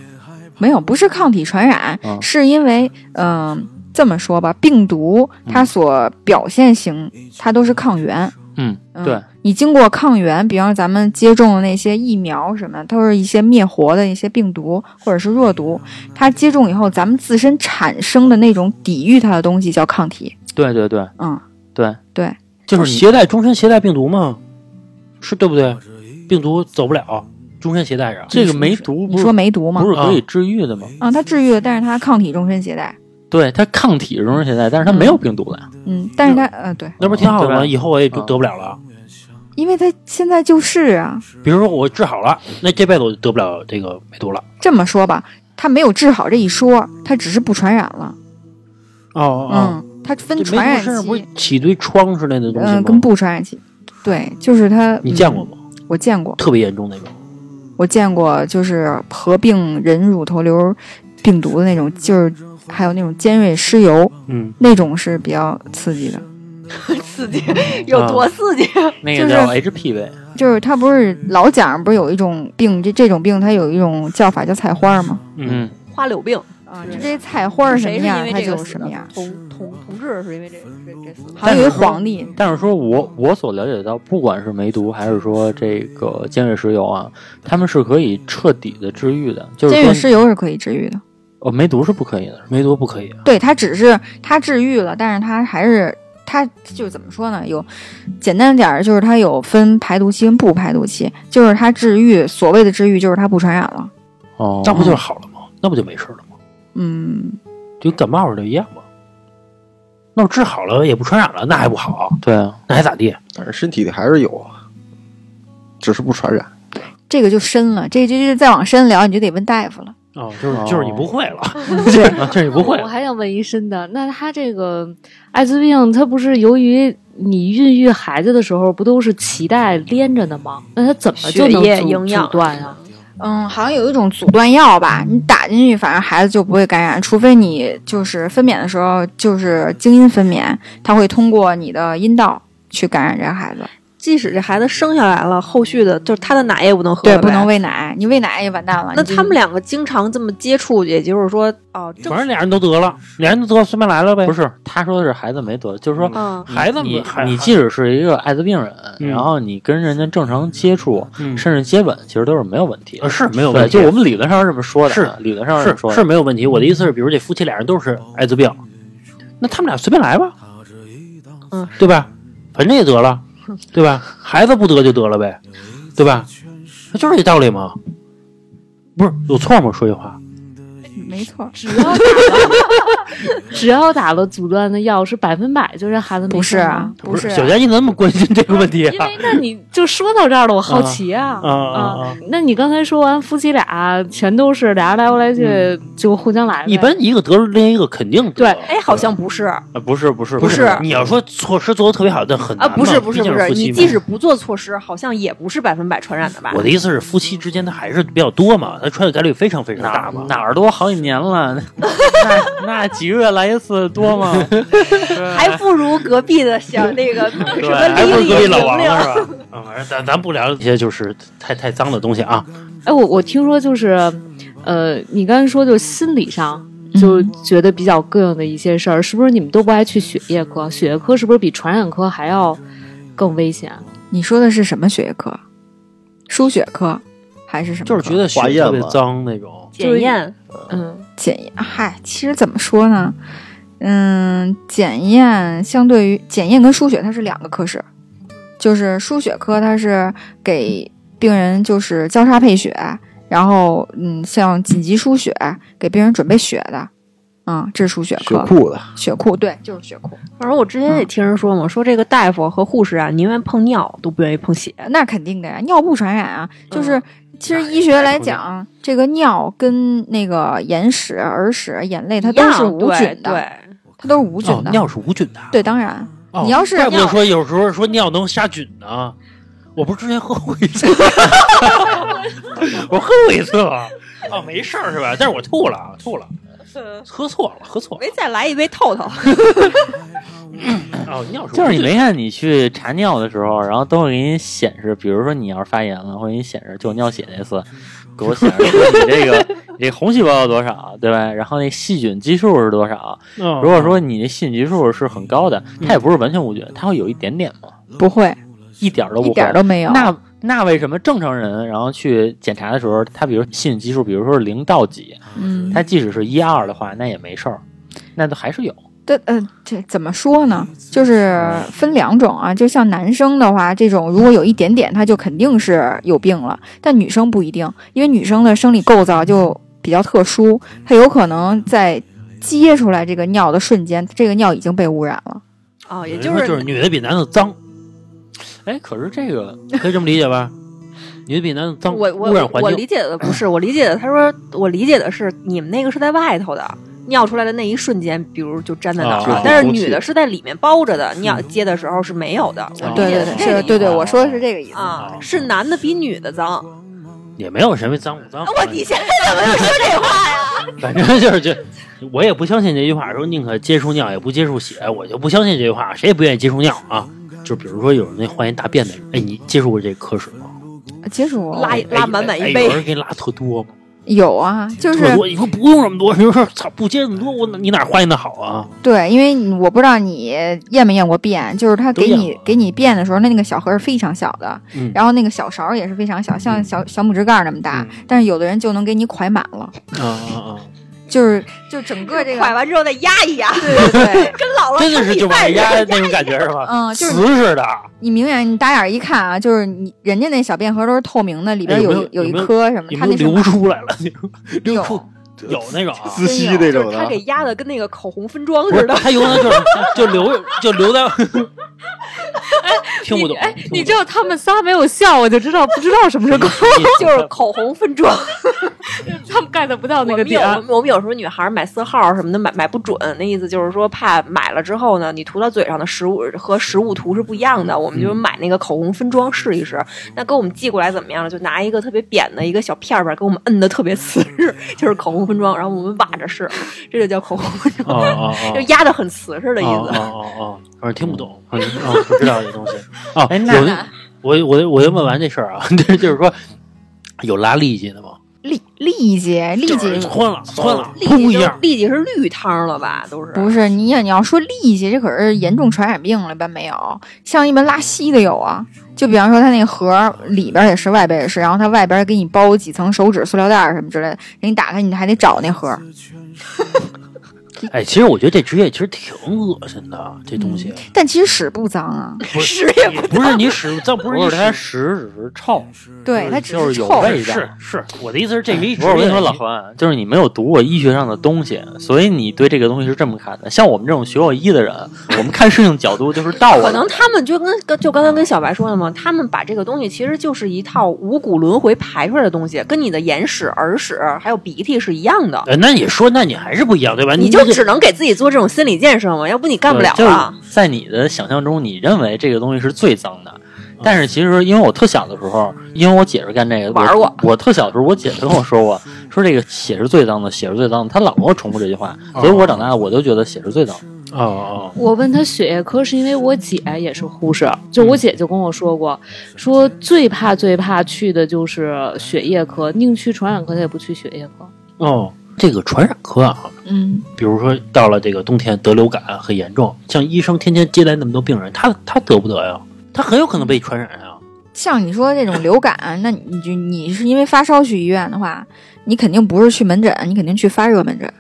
Speaker 6: 没有，不是抗体传染，
Speaker 4: 嗯
Speaker 6: 是因为嗯、这么说吧，病毒它所表现型，它都是抗原。
Speaker 4: 嗯，
Speaker 6: 嗯
Speaker 4: 对，
Speaker 6: 你经过抗原，比方咱们接种的那些疫苗什么，都是一些灭活的一些病毒或者是弱毒，它接种以后，咱们自身产生的那种抵御它的东西叫抗体。
Speaker 4: 对对对
Speaker 6: 嗯，
Speaker 4: 对
Speaker 6: 对，
Speaker 4: 就是你
Speaker 2: 携带终身携带病毒吗？是对不对？病毒走不了，终身携带着。
Speaker 4: 这个梅毒
Speaker 6: 你
Speaker 4: 不
Speaker 6: 说
Speaker 4: 是
Speaker 6: 梅毒吗
Speaker 4: 不？是可以治愈的吗？
Speaker 6: 啊，它治愈了，但是它抗体终身携带。
Speaker 4: 对，它抗体终身携带，但是它没有病毒了呀。
Speaker 6: 嗯，但是它呃对，
Speaker 2: 那不是挺好的
Speaker 4: 对
Speaker 2: 吗？
Speaker 4: 吧
Speaker 2: 以后我也就
Speaker 4: 嗯
Speaker 2: 得不了了。
Speaker 6: 因为它现在就是啊，
Speaker 2: 比如说我治好了，那这辈子我就得不了这个梅毒了。
Speaker 6: 这么说吧，它没有治好这一说，它只是不传染了。
Speaker 2: 哦哦，
Speaker 6: 嗯，它分
Speaker 2: 这
Speaker 6: 传
Speaker 2: 梅
Speaker 6: 染
Speaker 2: 毒身上不是
Speaker 6: 期，
Speaker 2: 起堆疮之类的东西
Speaker 6: 嗯、
Speaker 2: 吗？
Speaker 6: 跟不传染期。对，就是它。
Speaker 2: 你见过
Speaker 6: 嗯？
Speaker 2: 吗？
Speaker 6: 我见过。
Speaker 2: 特别严重那种。
Speaker 6: 我见过就是合并人乳头瘤病毒的那种，就是还有那种尖锐湿疣，
Speaker 2: 嗯，
Speaker 6: 那种是比较刺激的。
Speaker 5: 刺激
Speaker 2: 嗯
Speaker 5: 有多刺激？
Speaker 4: 那
Speaker 6: 就
Speaker 4: 个
Speaker 6: 是
Speaker 4: 叫 HPV，
Speaker 6: 就是它不是老讲不是有一种病，这这种病它有一种叫法叫菜花吗？
Speaker 4: 嗯，
Speaker 5: 花柳病
Speaker 6: 啊，就这菜花什么
Speaker 5: 谁是因
Speaker 6: 样，
Speaker 5: 为
Speaker 6: 它
Speaker 5: 这
Speaker 6: 就
Speaker 5: 个
Speaker 6: 是
Speaker 5: 死
Speaker 6: 什
Speaker 5: 的
Speaker 6: 么样？。
Speaker 5: 同同同志是因为这这这死的。
Speaker 6: 好像有一皇帝，
Speaker 4: 但是说我我所了解到，不管是梅毒还是说这个尖锐湿疣啊，他们是可以彻底的治愈的，就是
Speaker 6: 尖锐
Speaker 4: 说
Speaker 6: 湿疣是可以治愈的。
Speaker 4: 哦，梅毒是不可以的。
Speaker 2: 梅毒不可以啊。
Speaker 6: 对，它只是它治愈了，但是它还是它就是怎么说呢？有简单点儿，就是它有分排毒期跟不排毒期，就是它治愈所谓的治愈，就是它不传染了。
Speaker 4: 哦，
Speaker 2: 那不就是好了吗？那不就没事了吗？
Speaker 6: 嗯，
Speaker 2: 就跟感冒的一样嘛。那我治好了也不传染了，那还不好？
Speaker 4: 对啊，
Speaker 2: 那还咋地？
Speaker 3: 但是身体里还是有啊，只是不传染。
Speaker 6: 这个就深了，这这这再往深聊，你就得问大夫了。
Speaker 2: 哦，就是
Speaker 4: 哦
Speaker 2: 就是你不 会了， 对，就是你不会
Speaker 7: 我
Speaker 2: 了。
Speaker 7: 还想问一深的，那他这个艾滋病，他不是由于你孕育孩子的时候不都是脐带连着的吗？那他怎么就能
Speaker 5: 血液
Speaker 7: 阻
Speaker 5: 营养
Speaker 7: 阻断啊？
Speaker 6: 嗯，好像有一种阻断药吧，你打进去，反正孩子就不会感染，除非你就是分娩的时候就是经阴分娩，它会通过你的阴道去感染这个孩子。
Speaker 5: 即使这孩子生下来了，后续的就是他的奶也不能喝，
Speaker 6: 对，不能。喂奶，你喂奶也完蛋了。
Speaker 5: 那
Speaker 6: 你就
Speaker 5: 他们两个经常这么接触，也就是说，哦，正
Speaker 2: 反正俩人都得了，俩人都得了，孙白来了呗。
Speaker 4: 不，是，他说的是孩子没得，就是说
Speaker 5: 嗯，
Speaker 2: 孩子
Speaker 4: 你
Speaker 2: 们还
Speaker 4: 你即使是一个艾滋病人，
Speaker 2: 嗯
Speaker 4: 然后你跟人家正常接触，
Speaker 2: 嗯
Speaker 4: 甚至接吻，其实都是没有问题的
Speaker 2: 呃。是没有问题，
Speaker 4: 对就我们理论上是这么说的，啊
Speaker 2: 是
Speaker 4: 理论上这么说
Speaker 2: 是
Speaker 4: 的。
Speaker 2: 是没有问题。我的意思是，比如这夫妻俩人都是艾滋病，那他们俩随便来吧，
Speaker 6: 嗯
Speaker 2: 对吧？反正也得了，对吧？孩子不得就得了呗，
Speaker 6: 嗯
Speaker 2: 对吧？那就是这道理嘛。不是有错吗？说句话，
Speaker 6: 没错，
Speaker 7: 只 要打了，只要打了阻断的药，是百分百就让孩子没
Speaker 6: 不
Speaker 7: 事
Speaker 6: 是
Speaker 7: 儿
Speaker 6: 啊
Speaker 7: 吗，
Speaker 6: 不是啊，
Speaker 2: 小佳，你怎么关心这个问题
Speaker 7: 因
Speaker 2: 啊？
Speaker 7: 为那你就说到这儿了，我好奇啊
Speaker 2: 啊啊啊！
Speaker 7: 那你刚才说完夫妻俩全都是俩人来回来
Speaker 2: 嗯
Speaker 7: 去就互相来呗，
Speaker 2: 一般一个得了，另一个肯定得。
Speaker 7: 对
Speaker 5: 哎，好像不是
Speaker 2: 啊不是不是
Speaker 5: 不是
Speaker 2: 你要说措施做的特别好，但很
Speaker 5: 啊，
Speaker 2: 难嘛
Speaker 5: 不是不是
Speaker 2: 毕竟
Speaker 5: 不
Speaker 2: 是
Speaker 5: 是，
Speaker 2: 夫妻
Speaker 5: 你
Speaker 2: 嘛
Speaker 5: 即使不做措施，好像也不是百分百传染的吧
Speaker 2: 哎我？的意思是，夫妻之间它还是比较多嘛，它传染概率非常非常大
Speaker 4: 哪
Speaker 2: 嘛。
Speaker 4: 哪儿多好几年 了，那那几个月来一次多吗？
Speaker 5: 还不如隔壁的小那个什
Speaker 2: 嗯对，
Speaker 5: 么
Speaker 2: 还不是
Speaker 5: 丽
Speaker 2: 隔壁
Speaker 5: 丽
Speaker 2: 老
Speaker 5: 玲
Speaker 2: 王
Speaker 5: 玲
Speaker 2: 呢，是吧？啊，反正咱咱不聊这些就是太太脏的东西啊。
Speaker 7: 哎，我我听说就是，呃，你刚才说就心理上就觉得比较膈应的一些事儿，是不是你们都不爱去血液科？血液科是不是比传染科还要更危险？
Speaker 6: 你说的是什么血液科？输血科还是什么科？
Speaker 2: 就是觉得血
Speaker 3: 化验
Speaker 2: 特别
Speaker 3: 嘛
Speaker 2: 脏那种，
Speaker 5: 检验
Speaker 7: 嗯，
Speaker 6: 检验，嗨，其实怎么说呢？嗯，检验相对于检验跟输血它是两个科室，就是输血科它是给病人就是交叉配血，然后嗯，像紧急输血给病人准备血的，嗯，这是输血
Speaker 3: 血
Speaker 6: 科。
Speaker 3: 库的，
Speaker 6: 血库对，就是血库，
Speaker 5: 反正我之前也听人说嘛，说这个大夫和护士啊，宁愿碰尿都不愿意碰血。
Speaker 6: 那肯定的呀，尿不传染啊。就是、其实
Speaker 2: 哎
Speaker 6: 医学
Speaker 2: 太
Speaker 6: 来
Speaker 2: 重要
Speaker 6: 讲，这个尿跟那个眼屎、耳屎、眼泪它
Speaker 5: 一
Speaker 6: 都
Speaker 5: 样
Speaker 6: 是无
Speaker 5: 对
Speaker 6: 菌的，
Speaker 5: 对，
Speaker 6: 它都是无菌
Speaker 2: 哦
Speaker 6: 的。，
Speaker 2: 尿是无菌的。
Speaker 6: 对，当然，
Speaker 2: 哦，
Speaker 6: 你要是
Speaker 2: 怪不得
Speaker 6: 尿
Speaker 2: 说有时候说尿能杀菌呢。我不是之前喝过一 次，我喝过一次啊，哦，没事儿是吧？但是我吐了啊，吐了，喝错了，喝错了
Speaker 5: 没再来一杯透透。
Speaker 2: 嗯哦，尿是无
Speaker 4: 就是你
Speaker 2: 菌的
Speaker 4: 没看你去查尿的时候，然后都会给你显示，比如说你要是发炎了，会给你显示就尿血那 次，给我显示说你这个你这红细胞有多少，对吧？然后那细菌基数是多少？
Speaker 6: 哦
Speaker 2: 嗯
Speaker 4: 如果说你那细菌基数是很高的，
Speaker 6: 嗯
Speaker 4: 它也不是完全无菌，它会有一点点嘛，
Speaker 6: 不会，
Speaker 4: 一点儿都不
Speaker 6: 一
Speaker 4: 会。
Speaker 6: 点儿都没有。
Speaker 4: 那那为什么正常人然后去检查的时候，他比如细菌基数，比如说是零到几，
Speaker 6: 嗯，
Speaker 4: 他即使是一二的话，那也没事儿，那都还是有。
Speaker 6: 但呃，这怎么说呢？就是分两种啊，就像男生的话，这种如果有一点点，他就肯定是有病了，但女生不一定，因为女生的生理构造就比较特殊，她有可能在接出来这个尿的瞬间，这个尿已经被污染了。
Speaker 5: 哦，也
Speaker 2: 有人
Speaker 5: 就
Speaker 2: 说
Speaker 5: 是
Speaker 2: 就是女的比男的脏，
Speaker 4: 哎，可是这个
Speaker 2: 可以这么理解吧？女的比男的脏，
Speaker 5: 我我
Speaker 2: 污染环
Speaker 5: 我
Speaker 2: 境
Speaker 5: 理解的不是，我理解的，他说我理解的是你们那个是在外头的，尿出来的那一瞬间，比如就粘在哪儿了，
Speaker 2: 啊
Speaker 5: 但是
Speaker 3: 空气
Speaker 5: 女的是在里面包着
Speaker 2: 嗯
Speaker 5: 的，尿接的时候是没有的。
Speaker 2: 哦
Speaker 5: 我理
Speaker 6: 对
Speaker 5: 解
Speaker 6: 对
Speaker 5: 的这个
Speaker 6: 对，是，
Speaker 5: 意思
Speaker 6: 对对，我说的是这个意思。
Speaker 5: 啊，是男的比女的
Speaker 2: 哦
Speaker 5: 脏。
Speaker 2: 也没有什么脏不脏。
Speaker 5: 我你现在怎么又说这话呀？
Speaker 2: 反正就是觉得，我也不相信这句话，说宁可接触尿也不接触血，我就不相信这句话，谁也不愿意接触尿啊。就比如说有人那化验大便的人，哎，你接触过这科室吗？
Speaker 6: 接触
Speaker 5: 拉
Speaker 6: 我
Speaker 5: 拉满满
Speaker 2: 哎
Speaker 5: 一
Speaker 2: 哎有
Speaker 5: 杯，
Speaker 2: 人给你拉特多吗？
Speaker 6: 有啊，就是
Speaker 2: 特多，你说不用这么多，你说操，不接这么多，我哪你哪化验的好啊？
Speaker 6: 对，因为你我不知道你验没验过便，就是他给
Speaker 2: 都验
Speaker 6: 你
Speaker 2: 过
Speaker 6: 给你便的时候，那那个小盒是非常小的，
Speaker 2: 嗯
Speaker 6: 然后那个小勺儿也是非常小，像小小拇指盖儿那么大。
Speaker 2: 嗯
Speaker 6: 但是有的人就能给你蒯满了，
Speaker 2: 啊啊啊！
Speaker 6: 就是就整个这个，
Speaker 5: 快完之后再压一压，
Speaker 6: 对对对，
Speaker 5: 跟姥姥
Speaker 2: 真的是就
Speaker 5: 炒米
Speaker 2: 往
Speaker 5: 饭
Speaker 2: 压
Speaker 5: 似的
Speaker 2: 那种感觉是吧？
Speaker 6: 嗯，就是
Speaker 2: 瓷似的，
Speaker 6: 你明远你打眼儿一看啊，就是你人家那小便盒都是透明的，里边
Speaker 2: 哎有没
Speaker 6: 有
Speaker 2: 有
Speaker 6: 一
Speaker 2: 有没有
Speaker 6: 颗什么，
Speaker 2: 有
Speaker 6: 他
Speaker 2: 没有
Speaker 6: 那是
Speaker 2: 流出来了？流
Speaker 6: 有
Speaker 2: 出有那种啊。
Speaker 3: 自吸那
Speaker 5: 就
Speaker 3: 种
Speaker 5: 是他
Speaker 3: 的
Speaker 5: 给，压的跟那个口红分妆
Speaker 2: 不
Speaker 5: 似
Speaker 2: 是，
Speaker 5: 的。
Speaker 2: 他有可能就是就留就留在听不懂。
Speaker 7: 哎
Speaker 2: 听，不
Speaker 7: 你
Speaker 2: 懂
Speaker 7: 知道他们仨没有笑，我就知道不知道什么是口，
Speaker 5: 就是口红 分装。
Speaker 7: 他们 get 不到那
Speaker 5: 我
Speaker 7: 个
Speaker 5: 们有
Speaker 7: 点儿
Speaker 5: 我。们我们有时候女孩买色号什么的买买不准，那意思就是说怕买了之后呢，你涂到嘴上的实物和实物涂是不一样的。我们
Speaker 2: 嗯
Speaker 5: 就买那个口红分装试一试。那给我们寄过来怎么样了？就拿一个特别扁的一个小片儿吧，给我们摁的特别瓷实，就是口红分装。然后我们挖着试，这就叫口红分
Speaker 2: 哦
Speaker 5: 装，
Speaker 2: 哦哦，
Speaker 5: 就压的很瓷实的意
Speaker 2: 哦
Speaker 5: 思。
Speaker 2: 哦哦哦，反正听不懂，嗯哦不知道这东西。 哦，
Speaker 4: 哎那
Speaker 2: 有我我我就问完这事儿啊， 这就是说有拉痢疾的吗？
Speaker 6: 力力竭，力
Speaker 2: 就是
Speaker 6: 竭
Speaker 2: 窜了
Speaker 4: 哦
Speaker 2: 窜了，
Speaker 5: 立
Speaker 2: 噗
Speaker 5: 即
Speaker 2: 一
Speaker 5: 就
Speaker 2: 下，
Speaker 5: 立即是绿汤了吧？都是
Speaker 6: 不是你也你要说痢疾，这可是严重传染病了吧？没有，像一般拉稀的有啊，就比方说他那盒里边也是，外边也是，然后他外边给你包几层手指、塑料袋儿什么之类的，人你打开你还得找那盒。
Speaker 4: 嗯
Speaker 2: 哎，其实我觉得这职业其实挺恶心的，啊这东西
Speaker 6: 但其实屎不脏啊，
Speaker 2: 不是嗯也不是你使，这不是
Speaker 4: 不
Speaker 2: 你
Speaker 4: 是它
Speaker 2: 使
Speaker 4: 屎只是臭，
Speaker 6: 对，它只
Speaker 4: 嗯就是是有
Speaker 6: 臭。
Speaker 4: 味道哎
Speaker 2: 是是，我的意思是这个一
Speaker 4: 不
Speaker 2: 职
Speaker 4: 是
Speaker 2: 业，
Speaker 4: 我跟你说，老何，啊就是你没有读过医学上的东西，所以你对这个东西是这么看的。像我们这种学过医的人，我们看事情角度就是倒过
Speaker 5: 可
Speaker 4: 来
Speaker 5: 能
Speaker 4: 的。
Speaker 5: 他们就跟跟就刚才跟小白说的嘛，他们把这个东西其实就是一套五谷轮回排出来的东西，跟你的眼屎、耳屎还有鼻涕是一样
Speaker 4: 嗯
Speaker 5: 的。
Speaker 2: 哎，那你说，那你还是不一样，对吧？
Speaker 5: 你
Speaker 2: 这
Speaker 5: 就只能给自己做这种心理建设嘛，要不你干不了啊
Speaker 4: 对
Speaker 5: 了。
Speaker 4: 就是在你的想象中，你认为这个东西是最脏的，但是其实因为我特小的时候，因为我姐是干这个我
Speaker 5: 玩过
Speaker 4: 我特小的时候，我姐跟我说过，说这个血是最脏的，血是最脏的，她老跟我重复这句话，所以我长大了我都觉得血是最脏的。
Speaker 2: 哦哦，
Speaker 7: 我问他血液科是因为我姐也是护士，
Speaker 4: 嗯
Speaker 7: 就我姐就跟我说过，说最怕最怕去的就是血液科，宁去传染科，她也不去血液科。
Speaker 2: 哦，这个传染科啊，
Speaker 6: 嗯，
Speaker 2: 比如说到了这个冬天得流感很严重，像医生天天接待那么多病人，他他得不得呀？他很有可能被传染呀。
Speaker 6: 像你说这种流感，那你就你是因为发烧去医院的话，你肯定不是去门诊，你肯定去发热门诊。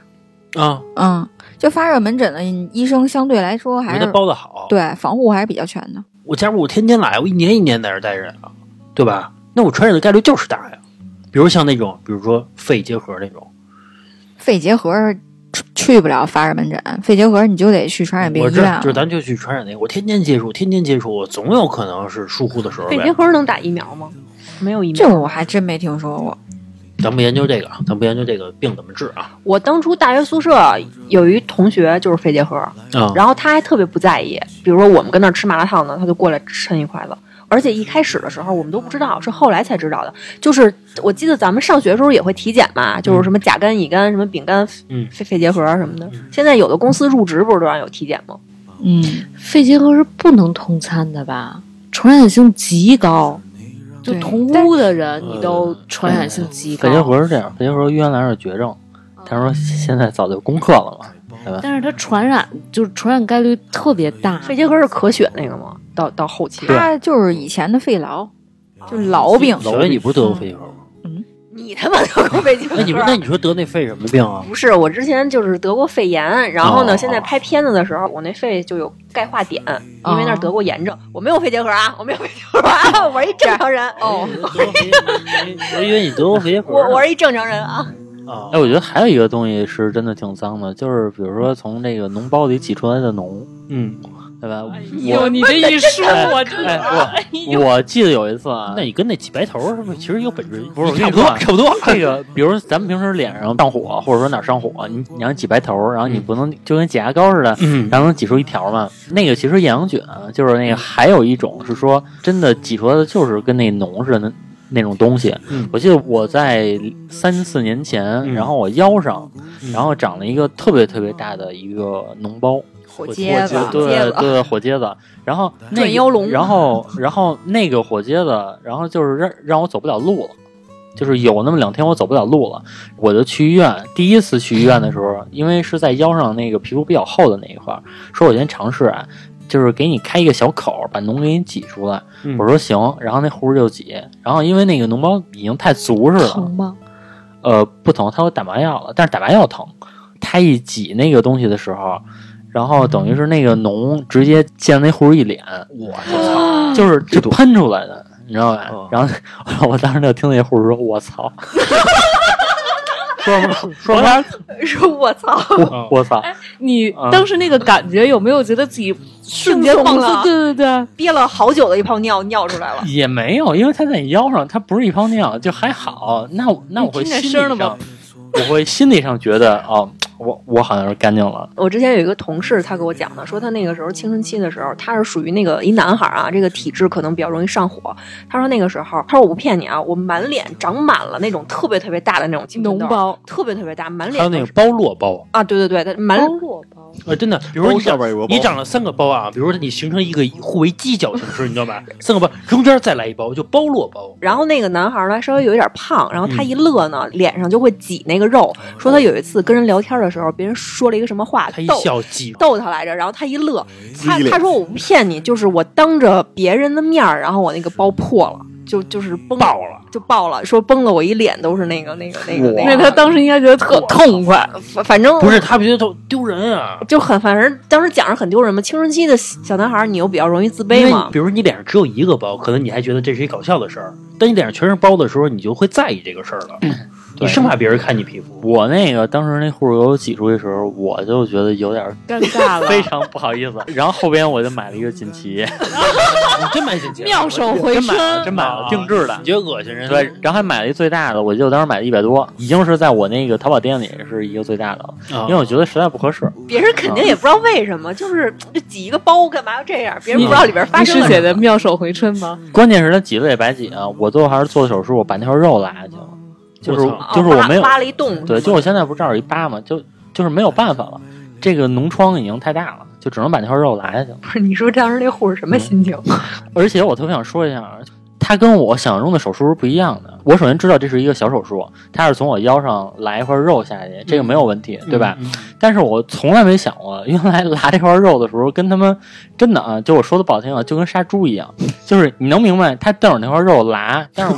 Speaker 2: 啊，
Speaker 6: 嗯，就发热门诊的嗯医生相对来说
Speaker 2: 因
Speaker 6: 还
Speaker 2: 为他
Speaker 6: 是
Speaker 2: 包的好。，
Speaker 6: 对防护还是比较全的。
Speaker 2: 我假如我天天来，我一年一年在这儿待着呀，对吧？那我传染的概率就是大呀。比如像那种，比如说肺结核那种，
Speaker 6: 肺结核去去不了发热门诊，肺结核你就得去传染病
Speaker 2: 我
Speaker 6: 医
Speaker 2: 知
Speaker 6: 院
Speaker 2: 道，就是咱就去传染那个，我天天接触，天天接触，我总有可能是疏忽的时候
Speaker 5: 肺结
Speaker 2: 呗。
Speaker 5: 核能打疫苗吗？没有疫苗。
Speaker 6: 这我还真没听说过。
Speaker 2: 咱不研究这个，啊，咱不研究这个病怎么治啊。
Speaker 5: 我当初大学宿舍有一同学就是肺结核，
Speaker 2: 啊，
Speaker 5: 然后他还特别不在意，比如说我们跟那儿吃麻辣烫呢，他就过来抻一筷子。而且一开始的时候我们都不知道，是后来才知道的。就是我记得咱们上学的时候也会体检嘛，就是什么甲肝、乙肝、什么丙肝、
Speaker 2: 嗯
Speaker 5: 肺肺结核什么的。现在有的公司入职不是都让有体检吗？
Speaker 6: 嗯，
Speaker 7: 肺结核是不能通餐的吧？传染性极高，就
Speaker 6: 对
Speaker 7: 同
Speaker 6: 但
Speaker 7: 屋的人你都传染性极高。
Speaker 4: 呃肺结核是这样，肺结核原来是绝症，但是说现在早就攻克了嘛。
Speaker 7: 但是它传染就是传染概率特别大。
Speaker 5: 肺结核是咳血那个吗？到到后期，啊
Speaker 6: 他就是以前的肺痨，就是痨病。
Speaker 2: 小薇，你不是得过肺结核吗？
Speaker 5: 你他妈得过肺结核？
Speaker 2: 那你们那你说得那肺什么病啊？
Speaker 5: 不是，我之前就是得过肺炎，然后呢，
Speaker 2: 哦
Speaker 5: 现在拍片子的时候，我那肺就有钙化点，因
Speaker 2: 哦
Speaker 5: 为那儿得过炎症。我没有肺结核啊，我没有肺结核啊，我是一正常人哦，
Speaker 2: 我以为你得过肺结核
Speaker 5: 我
Speaker 2: 呢。
Speaker 5: 我是一正常人啊。
Speaker 2: 啊
Speaker 4: 哎，，我觉得还有一个东西是真的挺脏的，就是比如说从这个脓包里挤出来的脓，
Speaker 2: 嗯，
Speaker 4: 对吧？
Speaker 7: 哟，哎你这一说，我真
Speaker 4: 哎，我我记得有一次啊，
Speaker 2: 那你跟那挤白头儿是不是其实有本质？
Speaker 4: 不是我跟
Speaker 2: 差
Speaker 4: 你
Speaker 2: 不多
Speaker 4: 说，
Speaker 2: 差不 多。
Speaker 4: 这个，比如咱们平时脸上上火，或者说哪儿上火，你你让挤白头儿，然后你不能就跟挤牙膏似的，
Speaker 2: 嗯
Speaker 4: 然后能挤出一条嘛。那个其实厌氧菌啊就是那个，还有一种是说真的挤出来的就是跟那脓似的那那种东西。
Speaker 2: 嗯
Speaker 4: 我记得我在三四年前，然后我腰上，然后长了一个特别特别大的一个脓包，
Speaker 6: 火
Speaker 5: 疖子
Speaker 4: 对
Speaker 5: 疖
Speaker 4: 对
Speaker 5: 子
Speaker 4: 对，火疖子。然后那
Speaker 5: 转腰龙
Speaker 4: 然后然后那个火疖子，然后就是让让我走不了路了。就是有那么两天我走不了路了，我就去医院。第一次去医院的时候，因为是在腰上那个皮肤比较厚的那一块儿，说我先尝试啊，就是给你开一个小口，把脓给你挤出来。
Speaker 2: 嗯
Speaker 4: 我说行，然后那护士就挤，然后因为那个脓包已经太足似的，
Speaker 7: 疼吗？
Speaker 4: 呃，不疼，他说打麻药了，但是打麻药疼。他一挤那个东西的时候，然后等于是那个脓直接溅那护士一脸，
Speaker 2: 我
Speaker 4: 就是就喷出来的，你知道吧？
Speaker 5: 嗯
Speaker 2: 哦
Speaker 4: 然后我当时就听那护士说：“我 操！”说什么说什么
Speaker 5: 说我操，哎
Speaker 4: 我我操！
Speaker 7: 你
Speaker 4: 嗯
Speaker 7: 当时那个感觉有没有觉得自己
Speaker 4: 瞬间放
Speaker 5: 轻松了
Speaker 4: 松，对对对。
Speaker 5: 憋了好久的一泡尿尿出来了。
Speaker 4: 也没有，因为它在你腰上，它不是一泡尿，就还好。那我那我会
Speaker 7: 你听
Speaker 4: 心
Speaker 7: 见
Speaker 4: 理
Speaker 7: 声了
Speaker 4: 上，
Speaker 7: 吗
Speaker 4: 我会心理上觉得哦，我我好像是干净了。
Speaker 5: 我之前有一个同事，他给我讲的，说他那个时候青春期的时候，他是属于那个一男孩啊，这个体质可能比较容易上火。他说那个时候，他说我不骗你啊，我满脸长满了那种特别特别大的那种青春
Speaker 7: 脓
Speaker 5: 痘，
Speaker 7: 包，
Speaker 5: 特别特别大，满脸
Speaker 2: 还有
Speaker 5: 都
Speaker 2: 那个
Speaker 5: 是
Speaker 2: 包络包，
Speaker 5: 啊，对对对，他满
Speaker 7: 包
Speaker 5: 脸
Speaker 7: 络包，
Speaker 2: 呃，真的，比如说
Speaker 3: 包
Speaker 2: 你
Speaker 3: 下
Speaker 2: 长
Speaker 3: 边有个包
Speaker 2: 你长了三个包啊，比如说你形成一个互为犄角形式，你知道吧？三个包中间再来一包，就包络包。
Speaker 5: 然后那个男孩呢，稍微有一点胖，然后他一乐呢，脸上就会挤那个肉。说他有一次跟人聊天的时候，别人说了一个什么话，
Speaker 2: 他一
Speaker 5: 逗
Speaker 2: 笑挤，
Speaker 5: 逗他来着，然后他一乐，他
Speaker 3: 一脸
Speaker 5: 他说我不骗你，就是我当着别人的面儿，然后我那个包破了，就就是崩爆了，就爆了，说崩了我一脸都是那个那个那个
Speaker 3: 哇
Speaker 5: 那
Speaker 7: 那
Speaker 5: 个，
Speaker 7: 他当时应该觉得特痛快，
Speaker 5: 反反正
Speaker 2: 不是他觉得都丢人啊。
Speaker 5: 就很，反正当时讲是很丢人嘛。青春期的小男孩儿，你又比较容易自
Speaker 2: 因
Speaker 5: 卑
Speaker 2: 为
Speaker 5: 嘛
Speaker 2: 比。如你脸上只有一个包，可能你还觉得这是一搞笑的事儿，但你脸上全是包的时候，你就会在意这个事儿了，你
Speaker 4: 对
Speaker 2: 生怕别人看你皮肤。
Speaker 4: 我那个当时那护士给我挤出去的时候，我就觉得 有点
Speaker 7: 尴尬了，
Speaker 4: 非常不好意思。然后后边我就买了一个锦旗，
Speaker 2: 哎你真蛮心机，
Speaker 7: 妙手回
Speaker 4: 真买了，
Speaker 7: 春。
Speaker 4: 真买了，定制的
Speaker 2: 你。觉得恶心人？
Speaker 4: 对， 然后还买了一最大的，我记得我当时买了一百多，已经是在我那个淘宝店里是一个最大的了，
Speaker 2: 啊，
Speaker 4: 因为我觉得实在不合适。
Speaker 5: 别人肯定也不知道为什么，就是这挤一个包干嘛要这样？别人不知道里边发
Speaker 7: 你
Speaker 5: 生
Speaker 7: 师
Speaker 5: 了
Speaker 7: 姐
Speaker 5: 什
Speaker 7: 的
Speaker 5: 么。
Speaker 7: 妙手回春吗？
Speaker 4: 关键是它挤了也白挤啊，我最后还是做手术，我把那块肉拉下去了，就是
Speaker 2: 我操
Speaker 4: 就是我没有
Speaker 5: 挖挖哦了一洞，
Speaker 4: 对，就我现在不是这儿有一疤吗？就就是没有办法了，这个脓疮已经太大了，就只能把那块肉拉下去了。
Speaker 5: 不是 你说当时那护士什么心情？
Speaker 4: 而且我特别想说一下啊，它跟我想象中的手术是不一样的。我首先知道这是一个小手术，它是从我腰上拉一块肉下去，这个没有问题，对吧？
Speaker 2: 嗯？
Speaker 4: 但是我从来没想过，原来拉这块肉的时候，跟他们真的啊，就我说的不好听啊，就跟杀猪 一样，就是你能明白，他瞪着那块肉拉，但是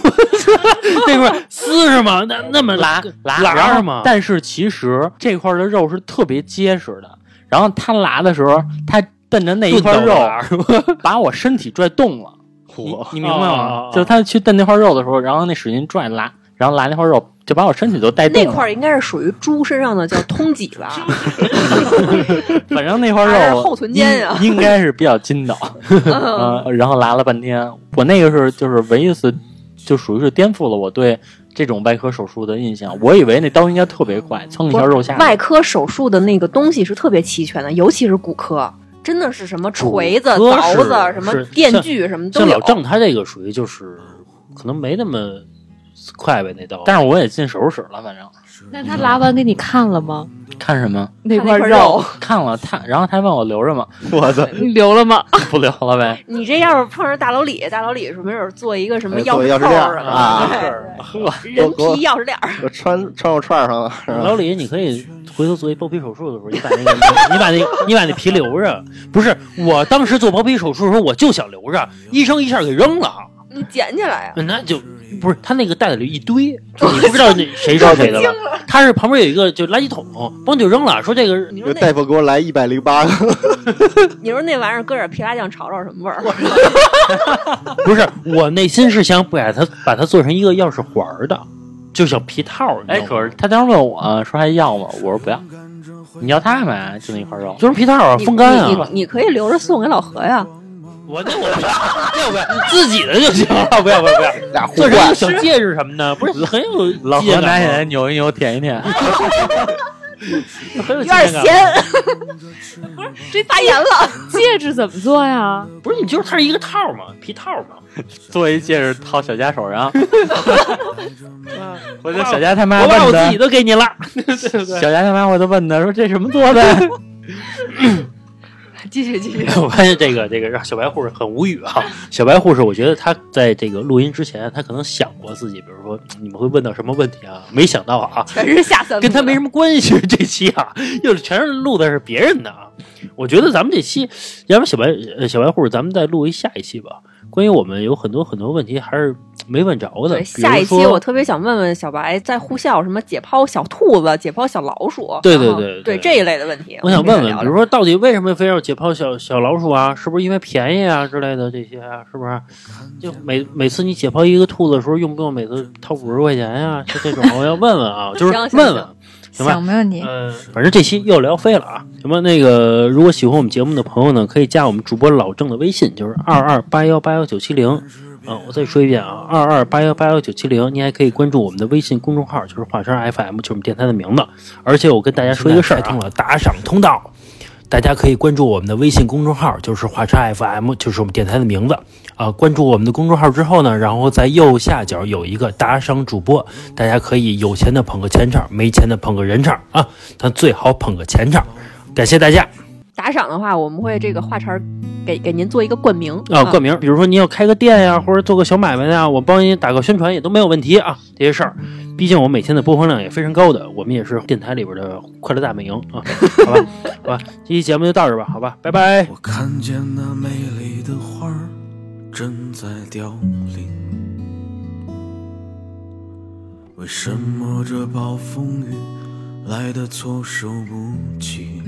Speaker 2: 那块儿撕是吗？那那么
Speaker 4: 拉拉
Speaker 2: 拉
Speaker 4: 然后
Speaker 2: 是吗
Speaker 4: 但是其实这块儿的肉是特别结实的，然后他拉的时候，他瞪着那一块儿肉， 把我身体拽动了，你你明白
Speaker 2: 哦哦
Speaker 4: 吗
Speaker 2: 哦？
Speaker 4: 就是他去瞪那块肉的时候，然后那使劲拽拉，然后拉那块肉就把我身体都带动
Speaker 5: 那
Speaker 4: 了，
Speaker 5: 块儿应该是属于猪身上的叫通脊吧？
Speaker 4: 反正那块
Speaker 5: 还是
Speaker 4: 肉
Speaker 5: 后臀尖呀
Speaker 4: 应应该是比较筋道， 嗯，然后拉了半天，我那个是就是唯一一次，就属于是颠覆了我对。这种外科手术的印象，我以为那刀应该特别快，蹭一下肉下来。
Speaker 5: 外科手术的那个东西是特别齐全的，尤其是骨科，真的是什么锤子、
Speaker 2: 骨科
Speaker 5: 凿
Speaker 2: 是
Speaker 5: 子、什么
Speaker 2: 是
Speaker 5: 电锯什么都
Speaker 2: 像
Speaker 5: 有
Speaker 2: 老。郑他这个属于就是可能没那么快呗，那刀。
Speaker 4: 但是我也进手术室了，反正
Speaker 7: 那他拉完给你看了吗？
Speaker 5: 嗯
Speaker 4: 看什么
Speaker 7: 那
Speaker 5: 看那
Speaker 7: 块
Speaker 5: 块
Speaker 7: 肉
Speaker 5: 肉，
Speaker 4: 看了他，然后他问我留着吗？
Speaker 3: 我操，
Speaker 7: 你留了吗？
Speaker 4: 不留了呗。
Speaker 5: 你这要是碰上大老李，大老李是没准做一个什么
Speaker 3: 哎
Speaker 5: 钥
Speaker 3: 做
Speaker 5: 匙
Speaker 3: 钥匙
Speaker 5: 扣
Speaker 3: 链
Speaker 5: 儿
Speaker 3: 儿
Speaker 5: 什么
Speaker 3: 啊
Speaker 5: 的，
Speaker 4: 呵，
Speaker 5: 对人皮
Speaker 3: 我
Speaker 5: 钥匙链儿。
Speaker 3: 我穿穿我串儿上了，是吧
Speaker 2: 老李，你可以回头做一包皮手术的时候，你把那个，你把那，你把那皮留着。不是，我当时做包皮手术的时候，我就想留着，医生一下给扔了，
Speaker 5: 你捡起来啊！
Speaker 2: 那就不是他那个袋子里一堆，就你不知道那谁是谁的了。他是旁边有一个就垃圾桶，帮就扔了，说这个
Speaker 5: 你说
Speaker 3: 有
Speaker 5: 那
Speaker 3: 大夫给我来一百零八个，
Speaker 5: 你说那玩意儿搁点皮辣酱炒炒什么味儿？
Speaker 2: 不是我内心是想把它把它做成一个钥匙环儿的，就小皮套。你知道
Speaker 4: 哎，
Speaker 2: 吗
Speaker 4: 可是他当时问我说还要吗？我说不要。你要它干嘛？就那块肉。
Speaker 2: 做成皮套啊，风干
Speaker 5: 你
Speaker 2: 啊！
Speaker 5: 你你可以留着送给老何呀。
Speaker 3: 嗯
Speaker 2: 我那我不要，那我不 要，自己的就行了， 不要不要不要。
Speaker 3: 俩互
Speaker 2: 做成一个
Speaker 3: 换，
Speaker 2: 小戒指什么的，不是很有
Speaker 4: 老
Speaker 2: 纪念
Speaker 4: 何拿
Speaker 2: 感
Speaker 4: 起
Speaker 2: 吗
Speaker 4: 来扭一扭，舔一舔，
Speaker 2: 很有
Speaker 5: 有
Speaker 2: 纪念
Speaker 5: 点
Speaker 2: 感。
Speaker 5: 咸，这发言了。
Speaker 7: 戒指怎么做呀？
Speaker 2: 不是你就是它是一个套嘛，皮套嘛。
Speaker 4: 做一戒指套小佳手上。回头小佳他妈
Speaker 2: 我把我
Speaker 4: 问
Speaker 2: 自
Speaker 4: 他
Speaker 2: 己，都给你 了，对不对？
Speaker 4: 小佳他妈回头问他说这什么做的？
Speaker 5: 继续继续，
Speaker 2: 我发现这个这个让小白护士很无语啊。小白护士，我觉得他在这个录音之前，他可能想过自己，比如说嗯你们会问到什么问题啊？没想到啊，
Speaker 5: 全是下三路
Speaker 2: 跟他没什么关系。 这期啊，
Speaker 5: 嗯
Speaker 2: 又是全是录的是别人的啊。我觉得咱们这期，要不然小白呃小白护士，咱们再录一下一期吧。关于我们有很多很多问题还是没问着的，
Speaker 5: 对，
Speaker 2: 比如
Speaker 5: 下一期
Speaker 2: 说
Speaker 5: 我特别想问问小白，在呼啸什么解剖小兔子、解剖小老鼠，
Speaker 2: 对
Speaker 5: 然
Speaker 2: 对
Speaker 5: 后
Speaker 2: 对对
Speaker 5: 对这一类的问题，
Speaker 2: 我想
Speaker 5: 们
Speaker 2: 问
Speaker 5: 可以
Speaker 2: 问，
Speaker 5: 聊
Speaker 2: 比
Speaker 5: 聊
Speaker 2: 如说，到底为什么非要解剖小小老鼠啊？是不是因为便宜啊之类的这些啊？是不是？就每每次你解 剖一个兔子的时候，用不用每次掏五十块钱呀、就这种，我要问问啊，就是
Speaker 5: 行行
Speaker 2: 问问，行吧
Speaker 6: 行，没问题。
Speaker 8: 嗯
Speaker 2: 呃，反正这期又聊飞了啊。什么那个，如果喜欢我们节目的朋友呢，可以加我们主播老郑的微信，就是二二八幺八幺九七零。啊，我再说一遍啊，二二八幺八幺九七零。您还可以关注我们的微信公众号，就是华声 FM，就是我们电台的名字。而且我跟大家说一个事儿、啊，
Speaker 8: 开通了打赏通道，大家可以关注我们的微信公众号，就是华车 FM，就是我们电台的名字。啊、关注我们的公众号之后呢，然后在右下角有一个打赏主播，大家可以有钱的捧个钱场，没钱的捧个人场啊，但最好捧个钱场。感谢大家
Speaker 5: 打赏的话，我们会这个话茬儿给给您做一个冠名
Speaker 2: 啊，冠名，比如说您要开个店
Speaker 8: 嗯
Speaker 2: 呀，或者做个小买卖呀，我帮您打个宣传也都没有问题啊，这些事儿。
Speaker 8: 嗯
Speaker 2: 毕竟我每天的播放量也非常高的，我们也是电台里边的快乐大本营啊，好吧，好吧，这期节目就到这儿吧，好吧，拜拜。
Speaker 1: 我看见那美丽的花儿正在凋零，为什么这暴风雨来的措手不及？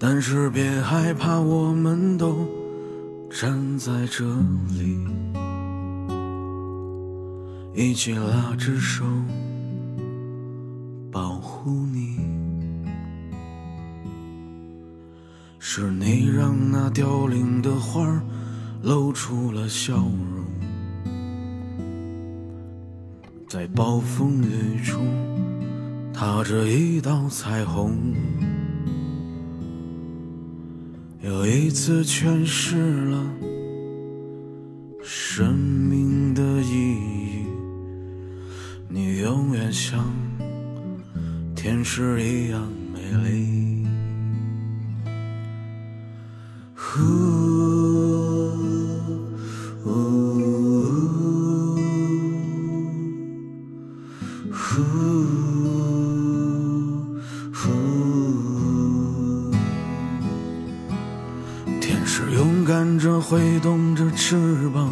Speaker 1: 但是别害怕，我们都站在这里，一起拉着手保护你。是你让那凋零的花儿露出了笑容，在暴风雨中踏着一道彩虹。又一次诠释了生命的意义。你永远像天使一样美丽。呼呼呼呼天使勇敢着，挥动着翅膀，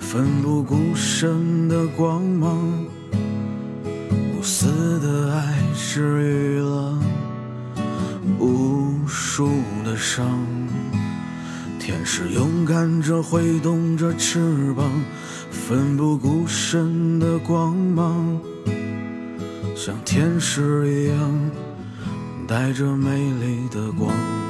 Speaker 1: 奋不顾身的光芒。无私的爱治愈了无数的伤。天使勇敢着，挥动着翅膀，奋不顾身的光芒，像天使一样，带着美丽的光。